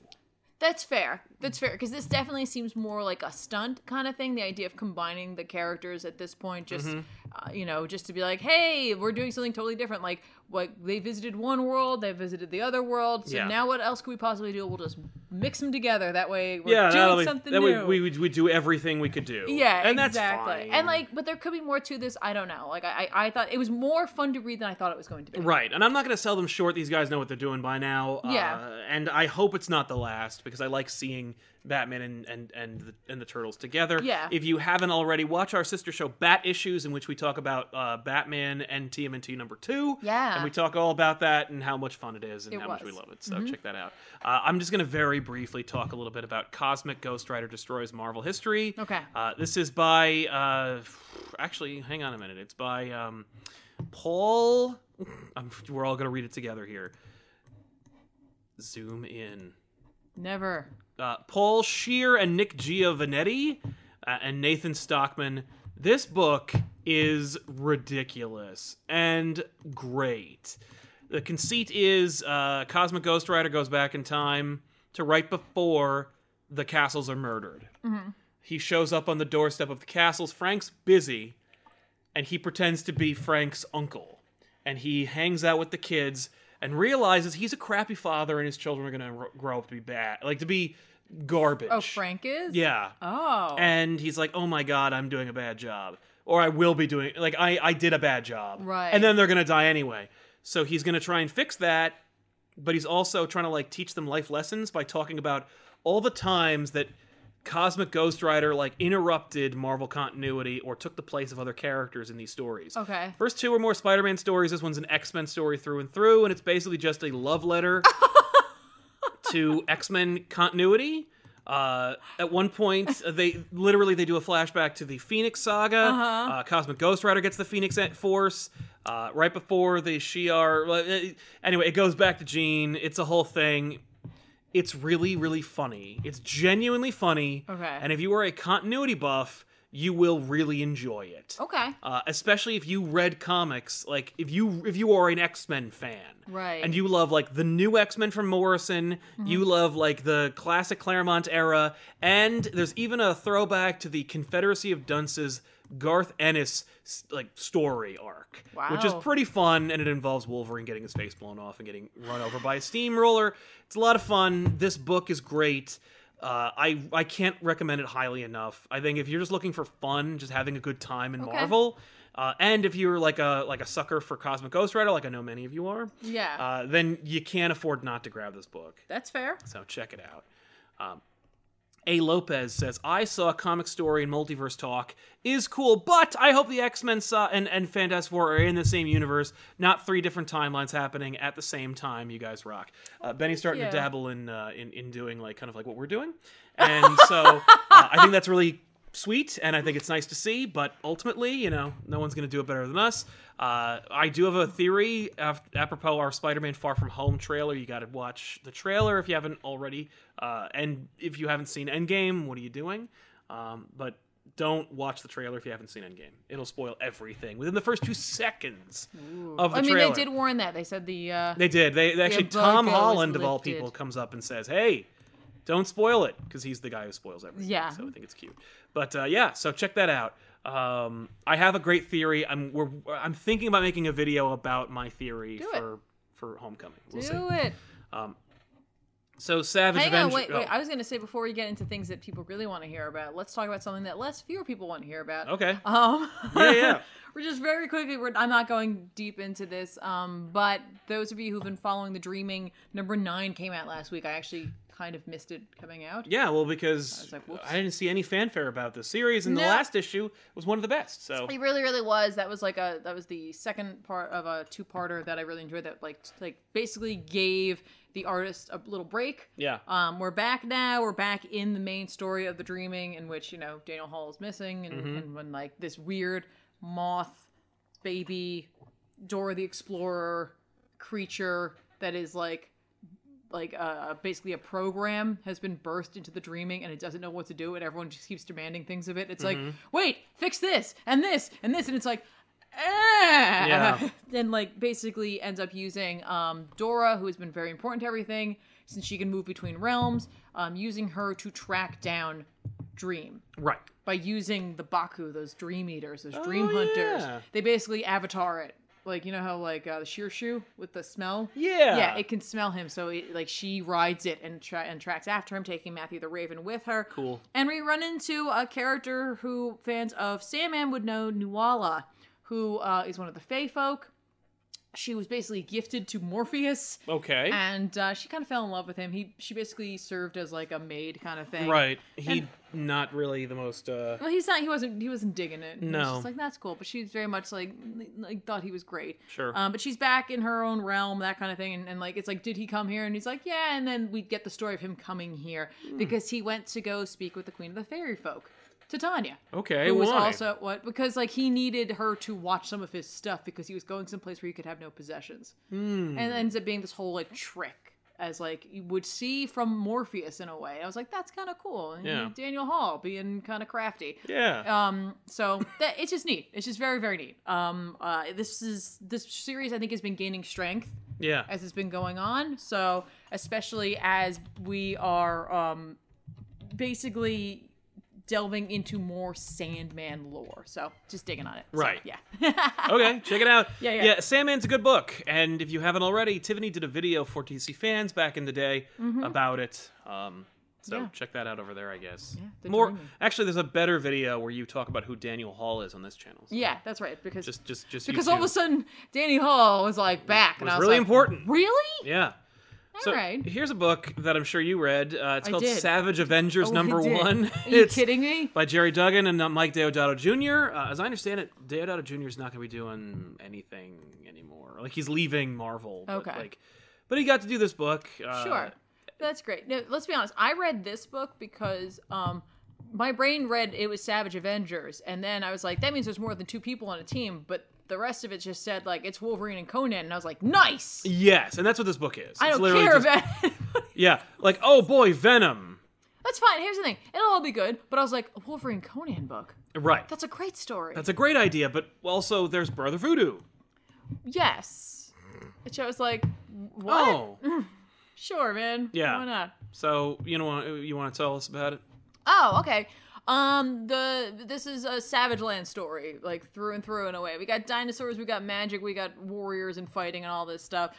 C: That's fair. That's fair because this definitely seems more like a stunt kind of thing. The idea of combining the characters at this point, just
B: Mm-hmm.
C: uh, you know, just to be like, hey, we're doing something totally different. Like, like they visited one world, they visited the other world. So
B: Yeah.
C: now, what else could we possibly do? We'll just mix them together. That way, we're
B: yeah, that'll
C: doing
B: be-
C: something
B: that
C: new.
B: we, we we do everything we could do.
C: yeah,
B: and that's fine.
C: exactly. And like, but there could be more to this. I don't know. Like, I, I I thought it was more fun to read than I thought it was going to be.
B: Right, and I'm not going to sell them short. These guys know what they're doing by now.
C: Yeah.
B: uh, and I hope it's not the last because I like seeing Batman and and and the, and the Turtles together.
C: Yeah.
B: If you haven't already, watch our sister show Bat Issues, in which we talk about uh, Batman and TMNT number two.
C: Yeah.
B: and we talk all about that and how much fun it is and
C: It
B: how much we
C: was. Mm-hmm.
B: love it. So check that out. Uh, I'm just going to very briefly talk a little bit about Cosmic Ghost Rider Destroys Marvel History.
C: Okay.
B: Uh, this is by uh, actually, hang on a minute. It's by um, Paul. I'm, we're all gonna read it together here. Zoom in.
C: Never.
B: Uh, Paul Shear and Nick Giovanetti uh, and Nathan Stockman. This book is ridiculous and great. The conceit is uh, Cosmic Ghost Rider goes back in time to right before the castles are murdered.
C: Mm-hmm.
B: He shows up on the doorstep of the castles. Frank's busy, and he pretends to be Frank's uncle. And he hangs out with the kids and realizes he's a crappy father, and his children are going to grow up to be bad, like to be garbage.
C: Oh, Frank is.
B: Yeah.
C: Oh.
B: And he's like, "Oh my god, I'm doing a bad job, or I will be doing like I I did a bad job."
C: Right.
B: And then they're gonna die anyway. So he's gonna try and fix that, but he's also trying to like teach them life lessons by talking about all the times that Cosmic Ghost Rider like interrupted Marvel continuity or took the place of other characters in these stories.
C: okay.
B: First two are more Spider-Man stories. This one's an X-Men story through and through, and it's basically just a love letter to X-Men continuity. Uh, at one point, they literally they do a flashback to the Phoenix Saga.
C: Uh-huh.
B: Uh, Cosmic Ghost Rider gets the Phoenix Force uh, right before the Shi'ar. well, it- Anyway, it goes back to Jean. It's a whole thing. It's really, really funny. It's genuinely funny.
C: Okay.
B: And if you are a continuity buff, you will really enjoy it
C: Okay.
B: uh, especially if you read comics like if you if you are an x-men fan
C: Right.
B: and you love like the new x-men from morrison
C: Mm-hmm.
B: you love like the classic claremont era and there's even a throwback to the confederacy of dunces garth ennis s- like story arc which is
C: Wow.
B: pretty fun and it involves wolverine getting his face blown off and getting run over by a steamroller it's a lot of fun this book is great uh, I I can't recommend it highly enough. I think if you're just looking for fun, just having a good time in
C: Okay.
B: Marvel, uh, and if you're like a like a sucker for Cosmic Ghost Rider, like I know many of you are,
C: Yeah.
B: uh, then you can't afford not to grab this book.
C: That's fair.
B: So check it out. Um, A. Lopez says, I saw comic story and multiverse talk is cool, but I hope the X Men saw and, and Fantastic Four are in the same universe, not three different timelines happening at the same time. You guys rock. Uh, Benny's starting
C: Yeah.
B: to dabble in, uh, in in doing like kind of like what we're doing, and so uh, I think that's really sweet, and I think it's nice to see. But ultimately, you know, no one's going to do it better than us. Uh, I do have a theory af- apropos our Spider-Man Far From Home trailer. You got to watch the trailer if you haven't already, uh, and if you haven't seen Endgame, what are you doing? Um, but don't watch the trailer if you haven't seen Endgame. It'll spoil everything within the first two seconds of the
C: I mean,
B: trailer.
C: they did warn that. They said the uh,
B: They did. They, they actually,
C: bug
B: Tom
C: that was
B: Holland of all
C: lifted.
B: people comes up and says, "Hey, don't spoil it," because he's the guy who spoils everything.
C: Yeah.
B: So I think it's cute. But uh, yeah, so check that out. Um, I have a great theory. I'm we're, I'm thinking about making a video about my theory
C: Do it.
B: for for Homecoming. We'll
C: do
B: see.
C: it.
B: So Savage
C: Hang
B: Avenger.
C: on, wait, wait.
B: oh,
C: I was gonna say before we get into things that people really want to hear about, let's talk about something that less fewer people want to hear about.
B: Oh, okay.
C: Um,
B: Yeah, yeah.
C: we're just very quickly. We're, I'm not going deep into this, um, but those of you who've been following the Dreaming number nine came out last week. I actually kind of missed it coming out.
B: Yeah, well, because
C: was like, whoops.
B: I didn't see any fanfare about this series, and the
C: No.
B: last issue was one of the best. So
C: It really, really was. That was like a that was the second part of a two parter that I really enjoyed. That like like basically gave the artist a little break.
B: yeah,
C: Um, we're back now. We're back in the main story of the Dreaming, in which you know Daniel Hall is missing, and, and when like this weird moth baby Dora the Explorer creature that is like like uh, basically a program has been birthed into the dreaming and it doesn't know what to do and everyone just keeps demanding things of it it's like wait fix this and this and this and it's like ah!
B: Yeah.
C: then like basically ends up using um, dora who has been very important to everything since she can move between realms um, using her to track down dream
B: right.
C: by using the Baku, those dream eaters, those dream hunters.
B: Oh, yeah.
C: They basically avatar it. Like you know how like uh, the sheer shoe with the smell.
B: Yeah.
C: Yeah, it can smell him, so it, like she rides it and tra- and tracks after him, taking Matthew the Raven with her.
B: Cool.
C: And we run into a character who fans of Sandman would know, Nuala, who uh, is one of the Fey folk. She was basically gifted to Morpheus,
B: Okay.
C: and uh, she kind of fell in love with him. He she basically served as like a maid kind of thing.
B: Right. He not really the most. uh
C: Well, he's not. He wasn't. He wasn't digging it. He was
B: No.
C: just like that's cool. But she's very much like, like thought he was great.
B: Sure.
C: Um, but she's back in her own realm, that kind of thing, and, and like it's like, did he come here? And he's like, yeah. And then we get the story of him coming here
B: Hmm.
C: because he went to go speak with the Queen of the Fairy Folk, Titania,
B: Okay.
C: who was
B: why?
C: also what because like he needed her to watch some of his stuff because he was going someplace where he could have no possessions,
B: Hmm.
C: and it ends up being this whole like trick. As like you would see from Morpheus in a way, I was like, "That's kind of cool." And
B: Yeah.
C: Daniel Hall being kind of crafty.
B: Yeah.
C: Um, so that, it's just neat. It's just very, very neat. Um, uh, this is this series I think has been gaining strength
B: yeah.
C: as it's been going on. So especially as we are um, basically delving into more Sandman lore. So just digging on it. So,
B: Right.
C: yeah.
B: okay, check it out.
C: Yeah, yeah.
B: Sandman's a good book, and if you haven't already, Tiffany did a video for DC fans back in the day about it. Um, so
C: Mm-hmm. Yeah.
B: check that out over there, I guess.
C: Yeah, The
B: More
C: Dreaming.
B: actually, there's a better video where you talk about who Daniel Hall is on this channel. So
C: yeah, that's right. Because
B: Just, just, just
C: because
B: you
C: all of
B: two.
C: a sudden Danny Hall was like back, and
B: was
C: I was
B: really
C: like,
B: important.
C: Really?
B: Yeah. So
C: right.
B: here's a book that I'm sure you read. Uh, it's
C: I
B: called
C: did.
B: Savage Avengers
C: Oh,
B: Number
C: he did.
B: One.
C: Are you
B: it's
C: kidding me?
B: by Jerry Duggan and uh, Mike Deodato Jr. Uh, as I understand it, Deodato Jr. is not going to be doing anything anymore. Like he's leaving Marvel. But,
C: Okay.
B: Like, but he got to do this book. Uh,
C: Sure. That's great. No, let's be honest. I read this book because um my brain read it was Savage Avengers and then I was like that means there's more than two people on a team, but the rest of it just said like it's Wolverine and Conan and I was like, "Nice."
B: Yes, and that's what this book is.
C: I
B: It's
C: don't
B: literally
C: care
B: just-
C: about
B: Yeah, like oh boy, Venom.
C: That's fine. Here's the thing. It'll all be good, but I was like, "A Wolverine Conan book.
B: Right.
C: That's a great story."
B: That's a great idea, but also there's Brother Voodoo.
C: yes. Which I was like, "What?
B: Oh,
C: Sure, man.
B: Yeah.
C: Why not?"
B: so you know what- you want to tell us about it?
C: Oh, okay. Um, the this is a Savage Land story, like through and through in a way. We got dinosaurs, we got magic, we got warriors and fighting and all this stuff.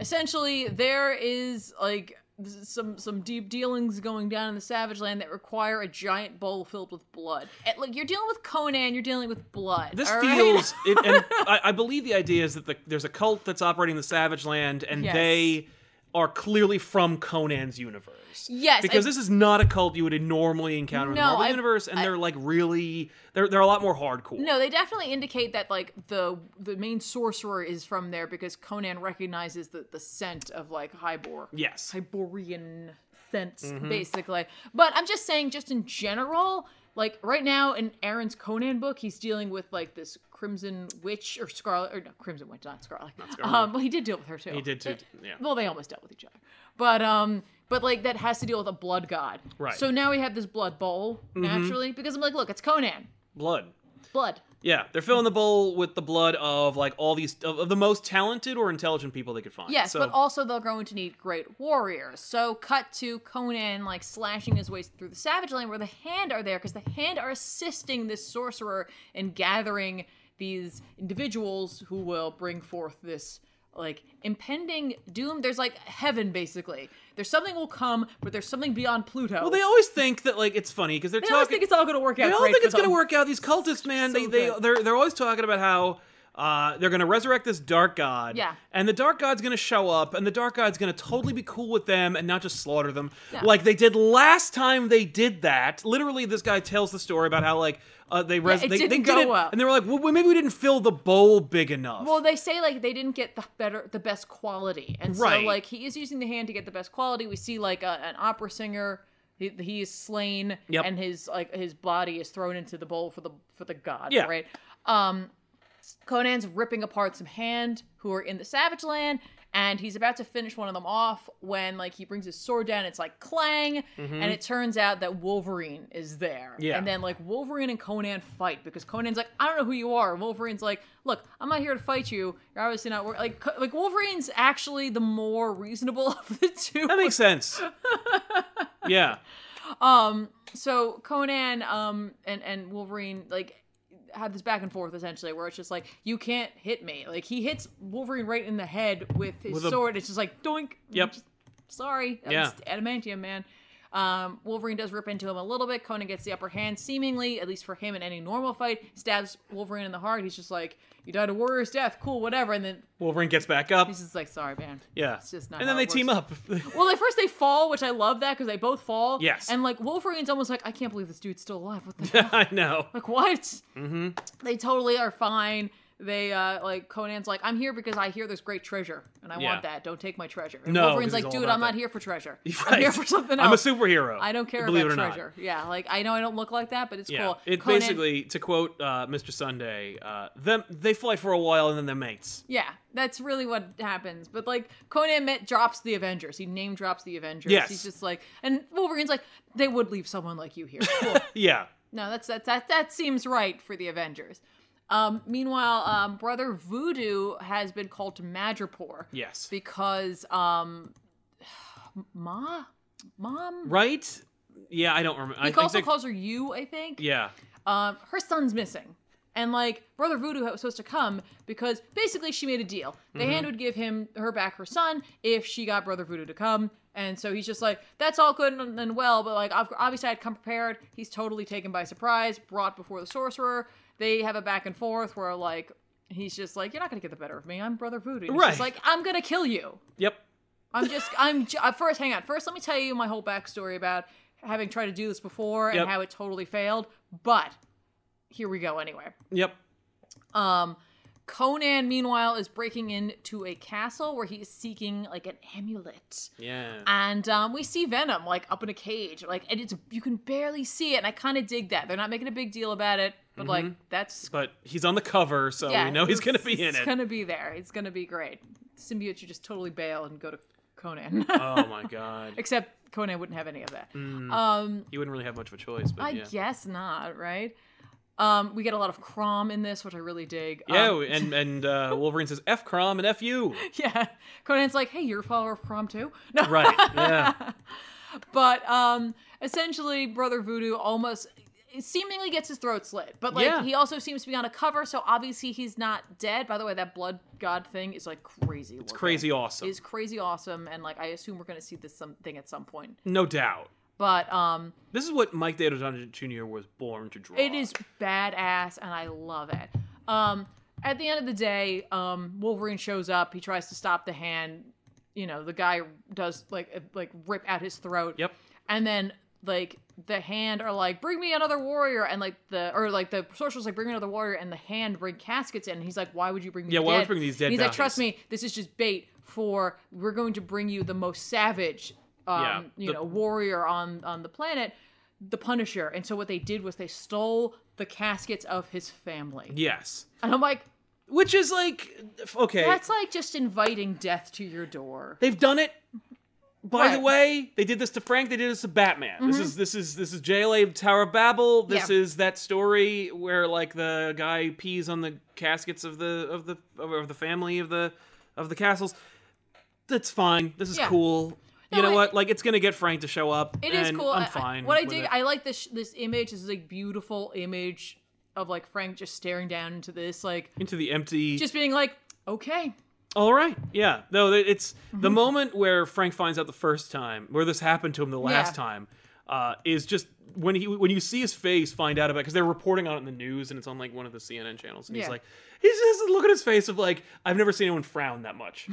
C: Essentially, there is like some some deep dealings going down in the Savage Land that require a giant bowl filled with blood. And, like you're dealing with Conan, you're dealing with blood.
B: This
C: all right?
B: feels, it, and I, I believe the idea is that the, there's a cult that's operating the Savage Land, and
C: Yes.
B: they are clearly from Conan's universe.
C: Yes,
B: because
C: I-
B: this is not a cult you would normally encounter in the
C: No,
B: Marvel
C: I-
B: universe, and
C: I-
B: they're like really they're they're a lot more hardcore.
C: No, they definitely indicate that like the the main sorcerer is from there because Conan recognizes the the scent of like Hybor.
B: Yes.
C: Hyborian scents
B: Mm-hmm.
C: basically. But I'm just saying just in general, like right now in Aaron's Conan book, he's dealing with like this Crimson Witch or Scarlet or no, Crimson Witch, not Scarlet. Um well he did deal with her too.
B: He did too. Yeah.
C: Well, they almost dealt with each other. But um but like that has to deal with a blood god.
B: Right. Mm-hmm.
C: So now we have this blood bowl naturally because I'm like, look, it's Conan.
B: Blood.
C: Blood.
B: Yeah, they're filling the bowl with the blood of like all these of, of the most talented or intelligent people they could find.
C: Yes,
B: so,
C: but also they're going to need great warriors. So cut to Conan like slashing his way through the Savage Land, where the Hand are there because the Hand are assisting this sorcerer in gathering these individuals who will bring forth this like impending doom. There's like heaven basically. There's something will come, but there's something beyond Pluto.
B: well, they always think that like it's funny because they're
C: They
B: talking.
C: always think it's all going to work out.
B: They all
C: great
B: think
C: for
B: it's going to
C: them.
B: work out. These cultists, man,
C: so
B: they they
C: good.
B: they're, they're always talking about how uh, they're going to resurrect this dark god.
C: Yeah.
B: And the dark god's going to show up, and the dark god's going to totally be cool with them and not just slaughter them
C: Yeah.
B: like they did last time. They did that. Literally, this guy tells the story about how like. Uh, they res-
C: it
B: they,
C: didn't
B: they
C: go
B: did it,
C: well.
B: and they were like, well, maybe we didn't fill the bowl big enough.
C: Well, they say like they didn't get the better, the best quality, and
B: Right.
C: so like he is using the hand to get the best quality. We see like a, an opera singer. He, he is slain,
B: Yep.
C: and his like his body is thrown into the bowl for the for the god.
B: Yeah.
C: Right. Um, Conan's ripping apart some hand who are in the Savage Land, and he's about to finish one of them off when like he brings his sword down. It's like clang, and it turns out that Wolverine is there.
B: Mm-hmm. Yeah.
C: And then like Wolverine and Conan fight because Conan's like, I don't know who you are. And Wolverine's like, Look, I'm not here to fight you. You're obviously not wor-" like Co- like Wolverine's actually the more reasonable of the two.
B: That makes sense. yeah.
C: Um, so Conan, um, and and Wolverine like have this back and forth essentially, where it's just like you can't hit me. Like he hits Wolverine right in the head with his
B: With a-
C: sword. It's just like doink.
B: Yep.
C: Just- sorry. That
B: Yeah.
C: was adamantium, man. Um, Wolverine does rip into him a little bit. Conan gets the upper hand, seemingly, at least for him in any normal fight. Stabs Wolverine in the heart. He's just like, "You died a warrior's death. Cool, whatever." And then
B: Wolverine gets back up.
C: he's just like, "Sorry, man."
B: Yeah.
C: It's just not
B: and then
C: how
B: they
C: it
B: team
C: works.
B: up.
C: Well, like first they fall, which I love that because they both fall.
B: Yes.
C: And like Wolverine's almost like, I can't believe this dude's still alive. What the hell?
B: I know.
C: Like what? Mm-hmm. They totally are fine. They uh like Conan's like, I'm here because I hear there's great treasure and I
B: Yeah.
C: want that. Don't take my treasure. And
B: No, 'cause
C: Wolverine's
B: he's
C: like,
B: all
C: dude,
B: about
C: I'm not
B: that.
C: here for treasure. I'm
B: Right.
C: here for something else.
B: I'm a superhero.
C: I don't care
B: believe
C: about
B: it or not.
C: treasure. Yeah, like I know I don't look like that, but it's
B: Yeah.
C: cool.
B: It
C: Conan-
B: basically, to quote uh, Mr. Sunday, uh, them they fly for a while and then they're mates.
C: Yeah, that's really what happens. But like Conan met drops the Avengers. He name drops the Avengers.
B: Yes.
C: He's just like and Wolverine's like, they would leave someone like you here. Cool.
B: Yeah.
C: No, that's that that that seems right for the Avengers. Um, meanwhile, um, brother Voodoo has been called to Madripoor
B: Yes.
C: because um, ma, mom.
B: Right? Yeah, I don't remember. I
C: He
B: think
C: also
B: they-
C: calls her you, I think.
B: Yeah.
C: Um, her son's missing, and like brother Voodoo was supposed to come because basically she made a deal. The hand would give him her back her son if she got brother Voodoo to come. And so he's just like, that's all good and and well, but like, ob- obviously I'd come prepared. He's totally taken by surprise, brought before the sorcerer. They have a back and forth where like, he's just like, you're not gonna get the better of me. I'm brother Voodoo. And he's just
B: Right.
C: like, I'm gonna kill you.
B: Yep.
C: I'm just, I'm j- uh, first. Hang on. First, let me tell you my whole backstory about having tried to do this before
B: Yep.
C: and how it totally failed. But here we go anyway.
B: Yep.
C: Um, Conan, meanwhile, is breaking into a castle where he is seeking like an amulet,
B: Yeah.
C: and um, we see Venom like up in a cage, like, and it's you can barely see it, and I kind of dig that. They're not making a big deal about it, but like that's
B: But he's on the cover, so Mm-hmm. we know he's
C: it's-
B: going to be in
C: It's
B: it.
C: gonna be there. It's gonna be great. Symbiote should just totally bail and go to Conan.
B: Oh my god.
C: Except Conan wouldn't have any of that. Um,
B: You wouldn't really have much of a choice, but
C: I
B: yeah.
C: guess not, right? Um, we get a lot of Crom in this, which I really dig.
B: Yeah,
C: Um,
B: and and uh, Wolverine says F Crom and F you.
C: yeah. Conan's like, hey, you're a follower of Crom too. No,
B: Right. Yeah.
C: but um, essentially, Brother Voodoo almost seemingly gets his throat slit, but like
B: Yeah.
C: he also seems to be on a cover, so obviously he's not dead. By the way, that blood god thing is like crazy.
B: It's crazy awesome.
C: Is crazy awesome, and like I assume we're gonna see this something at some point.
B: No doubt.
C: But um,
B: This is what Mike Deodato Jr. was born to draw.
C: It is badass, and I love it. Um, at the end of the day, um, Wolverine shows up. He tries to stop the hand. you know the guy does like uh, like rip out his throat
B: Yep.
C: and then like the hand are like bring me another warrior and like the or like the sorcerer's like bring me another warrior and the hand bring caskets in and he's like why would you bring me
B: Yeah,
C: dead?
B: why would you bring these dead
C: And he's like
B: bodies?
C: trust me this is just bait for we're going to bring you the most savage um
B: Yeah,
C: you
B: the-
C: know warrior on on the planet the punisher and so what they did was they stole the caskets of his family
B: Yes.
C: and i'm like
B: Which is like f- okay.
C: that's like just inviting death to your door
B: They've done it. By the
C: Right. Mm-hmm.
B: way, they did this to Frank. They did this to Batman. This is this is this is JLA Tower of Babel. This
C: Yeah.
B: is that story where like the guy pees on the caskets of the of the of, of the family of the of the castles. That's fine. This is
C: Yeah.
B: cool. you
C: No,
B: know
C: it-
B: what? Like it's gonna get Frank to show up.
C: It is
B: and
C: cool. I-
B: I'm
C: I-
B: fine.
C: what I
B: with
C: dig,
B: it.
C: I like this this image. This is like beautiful image of like Frank just staring down into this, like
B: into the empty.
C: just being like, okay,
B: All right. Yeah. No, it- it's
C: Mm-hmm.
B: the moment where Frank finds out the first time, where this happened to him the last
C: Yeah.
B: time, uh, is just when he when you see his face find out about because they're reporting on it in the news and it's on like one of the CNN channels and he's
C: Yeah.
B: like he's just look at his face of like I've never seen anyone frown that much.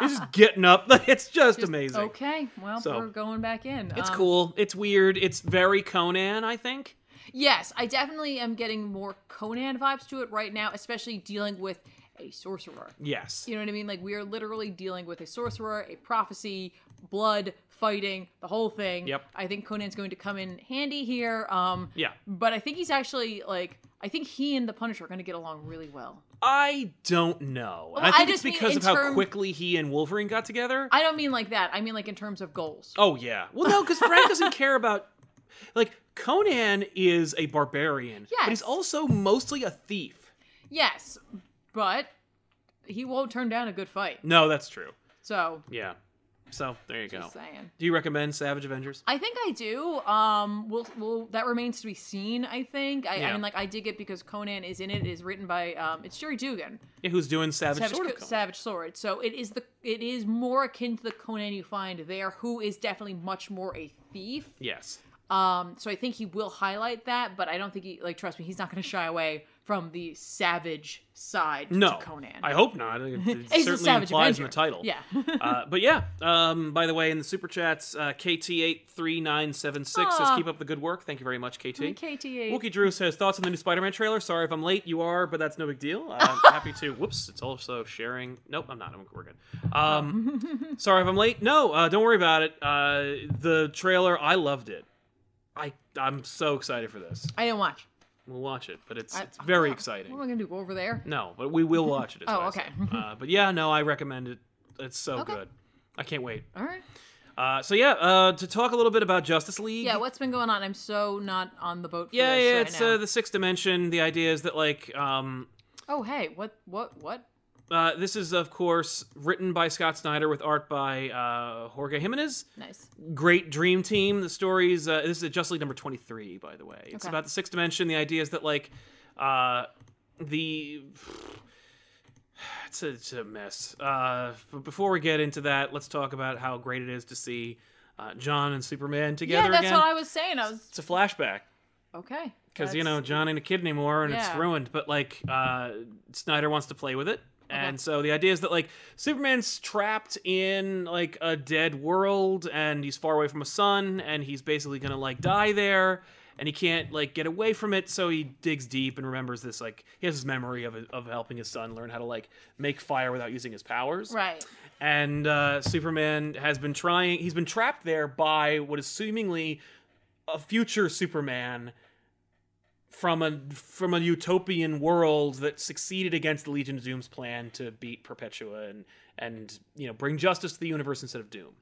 B: he's just getting up. Like, it's just, amazing.
C: okay. Well,
B: So-
C: we're going back in.
B: It's
C: Um,
B: cool. It's weird. It's very Conan, I think.
C: Yes, I definitely am getting more Conan vibes to it right now, especially dealing with a sorcerer.
B: Yes.
C: You know what I mean? Like we are literally dealing with a sorcerer, a prophecy, blood, fighting, the whole thing.
B: Yep.
C: I think Conan's going to come in handy here. Um,
B: Yeah.
C: but I think he's actually like I think he and the Punisher are going to get along really well.
B: I don't know. And
C: Well,
B: I
C: I
B: think it's
C: just mean
B: because
C: in
B: of how
C: term-
B: quickly he and Wolverine got together.
C: I don't mean like that. I mean like in terms of goals.
B: Oh yeah. Well, no, because Frank doesn't care about like Conan is a barbarian, but he's
C: Yes.
B: also mostly a thief.
C: Yes, but he won't turn down a good fight.
B: No, that's true.
C: So
B: Yeah. So there you go.
C: just uh, saying.
B: Do you recommend Savage Avengers?
C: I think I do. Um, we'll, we'll, that remains to be seen. I think. I,
B: Yeah.
C: I mean, like, I dig it because Conan is in it. It is written by um, it's Jerry Dugan,
B: Yeah, who's doing Savage,
C: Savage
B: Sword
C: Savage,
B: of Conan?
C: Savage Sword. So it is the it is more akin to the Conan you find there, who is definitely much more a thief.
B: yes.
C: Um, so I think he will highlight that, but I don't think he like trust me, he's not going to shy away from the savage side
B: No.
C: to Conan.
B: I hope not. It it
C: He's a
B: certainly
C: savage
B: implies in
C: Avenger.
B: the title.
C: Yeah.
B: uh, but yeah. Um, by the way, in the super chats, uh, KT83976 says,
C: Aw.
B: "Keep up the good work." Thank you very much, KT.
C: KTA.
B: Wookie Drew says thoughts on the new Spider-Man trailer. Sorry if I'm late. You are, but that's no big deal. I'm happy to. Whoops, it's also sharing. Nope, I'm not. I'm, we're good. Um, sorry if I'm late. No, uh, don't worry about it. Uh, the trailer, I loved it. I I'm so excited for this.
C: I didn't watch.
B: We'll watch it, but it's
C: I-
B: it's very
C: What am I
B: exciting.
C: going to do? Go over there?
B: No, but we will watch it. As
C: Oh,
B: well.
C: okay.
B: Uh, but yeah, no, I recommend it. It's so
C: Okay.
B: good. I can't wait.
C: All right.
B: Uh, so yeah, uh, to talk a little bit about Justice League.
C: Yeah. What's been going on? I'm so not on the boat. For
B: yeah,
C: this
B: yeah,
C: right
B: it's
C: now.
B: uh, the sixth dimension. The idea is that like um,
C: oh, hey, what, what, what?
B: Uh, this is, of course, written by Scott Snyder with art by uh, Jorge Jimenez.
C: Nice.
B: Great dream team. The stories. Uh, this is Just League number twenty-three, by the way. It's
C: Okay.
B: about the sixth dimension. The idea is that like uh, the it's a, it's a mess. Uh, but before we get into that, let's talk about how great it is to see uh, John and Superman together
C: yeah, that's
B: again.
C: what I was saying. I was
B: It's a flashback
C: okay.
B: because you know
C: that's-
B: John ain't a kid anymore and it's
C: Yeah.
B: ruined. But like uh, Snyder wants to play with it, and so the idea is that like Superman's trapped in like a dead world, and he's far away from a sun, and he's basically gonna like die there, and he can't like get away from it. So he digs deep and remembers this like he has this memory of of helping his son learn how to like make fire without using his powers,
C: right.
B: and uh, Superman has been trying. He's been trapped there by what is seemingly a future Superman from a from a utopian world that succeeded against the Legion of Doom's plan to beat Perpetua and and you know bring justice to the universe instead of Doom.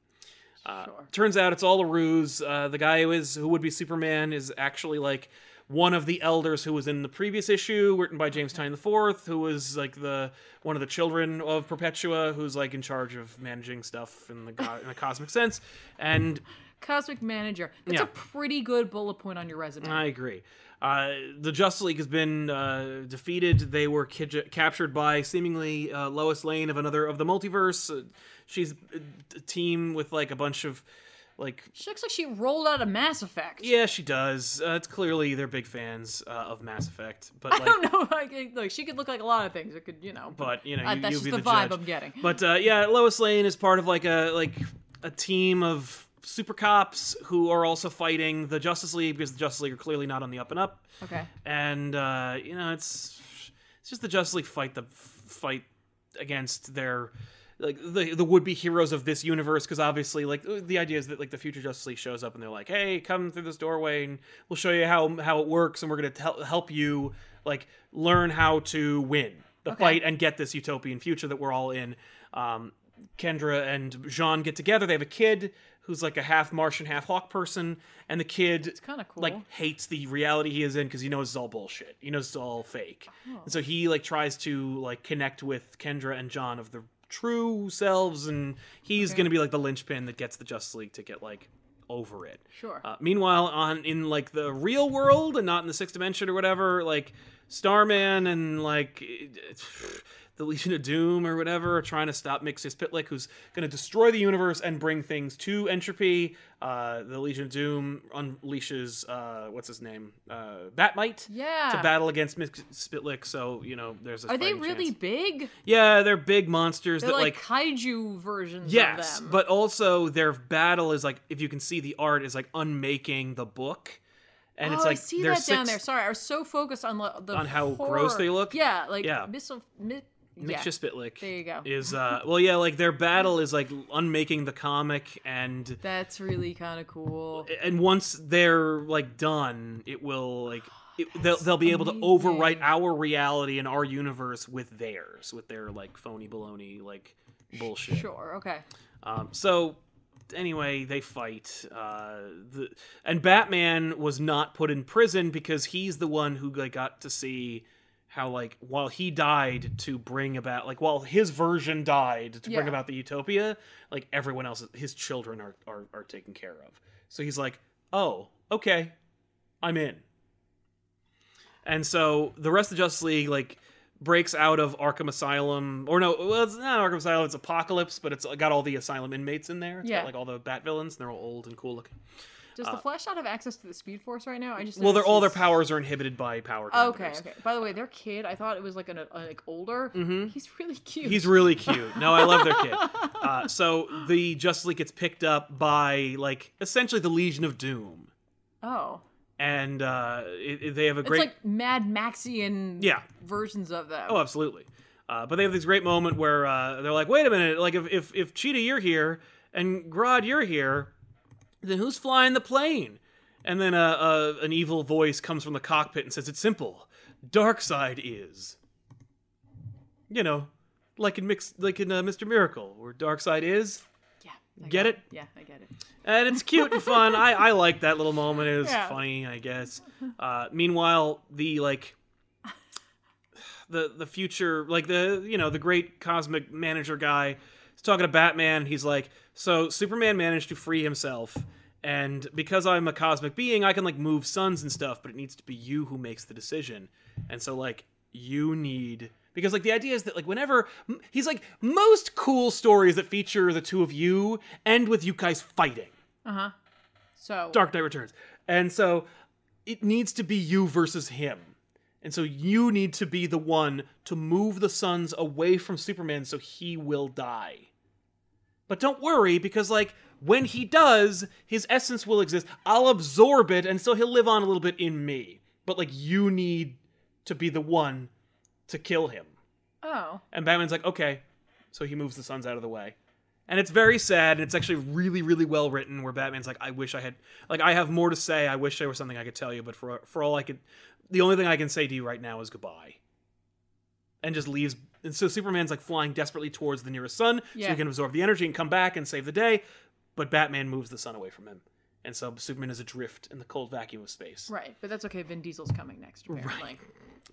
B: Uh,
C: Sure.
B: Turns out it's all a ruse. Uh, the guy who is who would be Superman is actually like one of the elders who was in the previous issue, written by James Tynion IV, who was like the one of the children of Perpetua, who's like in charge of managing stuff in the go- in a cosmic sense. And
C: Cosmic manager. That's
B: Yeah.
C: a pretty good bullet point on your resume.
B: I agree. Uh, the Justice League has been uh, defeated. They were kij- captured by seemingly uh, Lois Lane of another of the multiverse. Uh, she's a a team with like a bunch of Like,
C: She looks like she rolled out of Mass Effect.
B: yeah, she does. Uh, it's clearly they're big fans uh, of Mass Effect, but
C: I
B: like,
C: don't know. Like, it- look, she could look like a lot of things. It could, you know.
B: but you know,
C: Uh,
B: you,
C: that's
B: you
C: just
B: be
C: the
B: the,
C: vibe
B: judge.
C: I'm getting.
B: But uh, yeah, Lois Lane is part of like a like a team of super cops who are also fighting the Justice League because the Justice League are clearly not on the up and up,
C: okay.
B: and uh, you know it's it's just the Justice League fight the fight against their like the the would be heroes of this universe because obviously like uh, the idea is that like the future Justice League shows up and they're like hey come through this doorway and we'll show you how how it works and we're gonna tell help you like learn how to win the
C: Okay.
B: fight and get this utopian future that we're all in. Um, Kendra and Jean get together. They have a kid who's like a half Martian, half Hawk person, and the kid
C: It's kind of cool.
B: like hates the reality he is in because he knows it's all bullshit. He knows it's all fake. And so he like tries to like connect with Kendra and John of the true selves, and he's
C: Okay.
B: gonna be like the linchpin that gets the Justice League to get like over it.
C: sure.
B: Uh, meanwhile, on in like the real world and not in the sixth dimension or whatever, like Starman and like it- it's- the Legion of Doom or whatever are trying to stop Mixius Pitlick, who's going to destroy the universe and bring things to entropy. Uh, the Legion of Doom unleashes uh, what's his name, uh, Batmite,
C: yeah.
B: to battle against Mixius Pitlick. So you know, there's a
C: Are they
B: fighting
C: really
B: chance.
C: big?
B: Yeah, they're big monsters
C: They're
B: that
C: like,
B: like
C: kaiju versions
B: Yes,
C: of them.
B: but also their battle is like if you can see the art is like unmaking the book, and
C: oh,
B: it's like
C: I see
B: their
C: that down there.
B: six-
C: Sorry, I was so focused on lo- the
B: On how
C: horror.
B: gross they look?
C: Yeah, like
B: Yeah.
C: missile. Mi- yeah.
B: Mitch Spitlick
C: There you go.
B: is uh well yeah like their battle is like unmaking the comic and
C: That's really kind of cool.
B: and once they're like done it will like it, they'll they'll be able to
C: amazing.
B: overwrite our reality and our universe with theirs with their like phony baloney like bullshit.
C: Sure. Okay.
B: Um, so anyway, they fight. Uh, the, and Batman was not put in prison because he's the one who like, got to see how like while he died to bring about like while his version died to bring
C: Yeah.
B: about the utopia, like everyone else, his children are are, are taken care of. So he's like, oh, okay, I'm in. And so the rest of the Justice League like breaks out of Arkham Asylum, or no, well, it's not Arkham Asylum, it's Apocalypse, but it's got all the asylum inmates in there. It's
C: Yeah.
B: got like all the Bat villains, and they're all old and cool looking.
C: Does the Flash not have access to the Speed Force right now? I just
B: Uh, Well, they're
C: noticed
B: all their
C: he's-
B: powers are inhibited by power.
C: Okay,
B: parameters.
C: okay. By the way, their kid, I thought it was like an a, like older. He's really cute.
B: Mm-hmm. He's really cute. No, I love their kid. Uh, so the Justice League gets picked up by like essentially the Legion of Doom,
C: oh,
B: and uh, it, it- they have a
C: it's
B: great
C: like Mad Maxian
B: yeah.
C: versions of them.
B: Oh, absolutely. Uh, but they have this great moment where uh, they're like, "Wait a minute! Like, if if if Cheetah you're here and Grodd you're here, then who's flying the plane?" And then uh, uh, an evil voice comes from the cockpit and says, "It's simple. Darkseid is, you know, like in mix, like in uh, Mister Miracle, where Darkseid is."
C: yeah. I
B: Get it?
C: Yeah, I get it.
B: and it's cute and fun. I, I like that little moment. It was
C: Yeah.
B: funny, I guess. Uh, meanwhile, the like the the future, like the you know the great cosmic manager guy, is talking to Batman. He's like, so Superman managed to free himself, and because I'm a cosmic being, I can like move suns and stuff. But it needs to be you who makes the decision. And so like you need. Because like the idea is that like whenever m- he's like most cool stories that feature the two of you end with you guys fighting.
C: Uh huh. So
B: Dark Knight Returns. And so it needs to be you versus him. And so you need to be the one to move the suns away from Superman so he will die. But don't worry, because like when he does, his essence will exist. I'll absorb it, and so he'll live on a little bit in me. But like you need to be the one to kill him.
C: Oh,
B: And Batman's like, okay. So he moves the suns out of the way. And it's very sad, and it's actually really, really well written. Where Batman's like, "I wish I had, like, I have more to say. I wish there was something I could tell you, but for for all I could, the only thing I can say to you right now is goodbye." And just leaves. And so Superman's like flying desperately towards the nearest sun, so
C: Yeah.
B: he can absorb the energy and come back and save the day. But Batman moves the sun away from him, and so Superman is adrift in the cold vacuum of space.
C: right, but that's okay. Vin Diesel's coming next, apparently.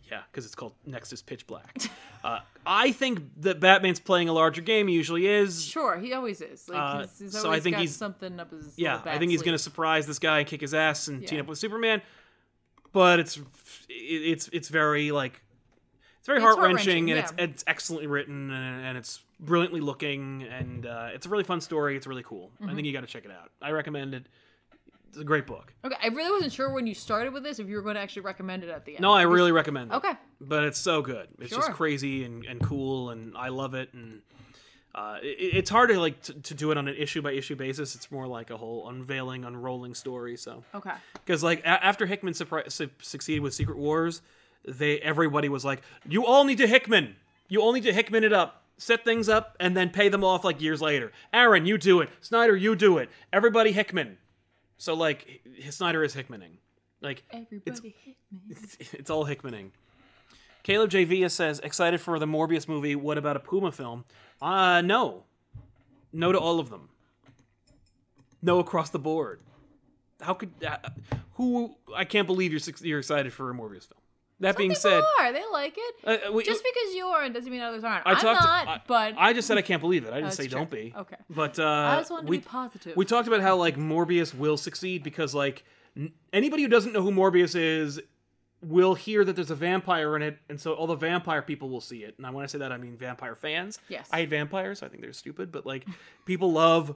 B: Yeah, because it's called Next is Pitch Black. uh, I think that Batman's playing a larger game. He usually is.
C: Sure, he always is. Like,
B: Uh,
C: he's, he's
B: so I
C: always
B: think
C: got
B: he's-
C: something up his.
B: Yeah,
C: little
B: I
C: bat
B: think he's
C: sleeve.
B: gonna surprise this guy and kick his ass and team
C: Yeah.
B: up with Superman. But it's it, it's it's very like it's very
C: It's
B: heart wrenching
C: heart-wrenching,
B: and
C: yeah.
B: it's it's excellently written and, and it's brilliantly looking, and uh, it's a really fun story. It's really cool.
C: Mm-hmm.
B: I think you got to check it out. I recommend it. It's a great book.
C: Okay, I really wasn't sure when you started with this if you were going to actually recommend it at the end.
B: No, I really recommend it.
C: Okay.
B: But it's so good. It's just
C: Sure.
B: crazy and, and cool, and I love it. And uh, it, it's hard to like t- to do it on an issue by issue basis. It's more like a whole unveiling, unrolling story. So
C: Okay.
B: because like a- after Hickman surpri- su- succeeded with Secret Wars, they everybody was like, "You all need to Hickman. You all need to Hickman it up, set things up, and then pay them off like years later." Aaron, you do it. Snyder, you do it. Everybody Hickman. So like, H- Snyder is Hickmaning. Like
C: Everybody hit me.
B: it's all Hickmaning. Caleb J. Villa says, excited for the Morbius movie. What about a Puma film? Uh, no. No to all of them. No across the board. How could. Uh, who. I can't believe you're, suc- you're excited for a Morbius film. That being
C: People
B: said.
C: are. They like it.
B: uh, we-
C: Just because you aren't doesn't mean others aren't.
B: I
C: I am
B: talked to-
C: not,
B: I-
C: but
B: I just said I can't believe it. I didn't
C: That's
B: say
C: Oh, true.
B: don't be.
C: Okay.
B: But uh,
C: I just wanted to
B: we,
C: be positive.
B: We talked about how like Morbius will succeed because like n- anybody who doesn't know who Morbius is will hear that there's a vampire in it, and so all the vampire people will see it. And I when I say that, I mean vampire fans.
C: Yes.
B: I hate vampires. So I think they're stupid, but like people love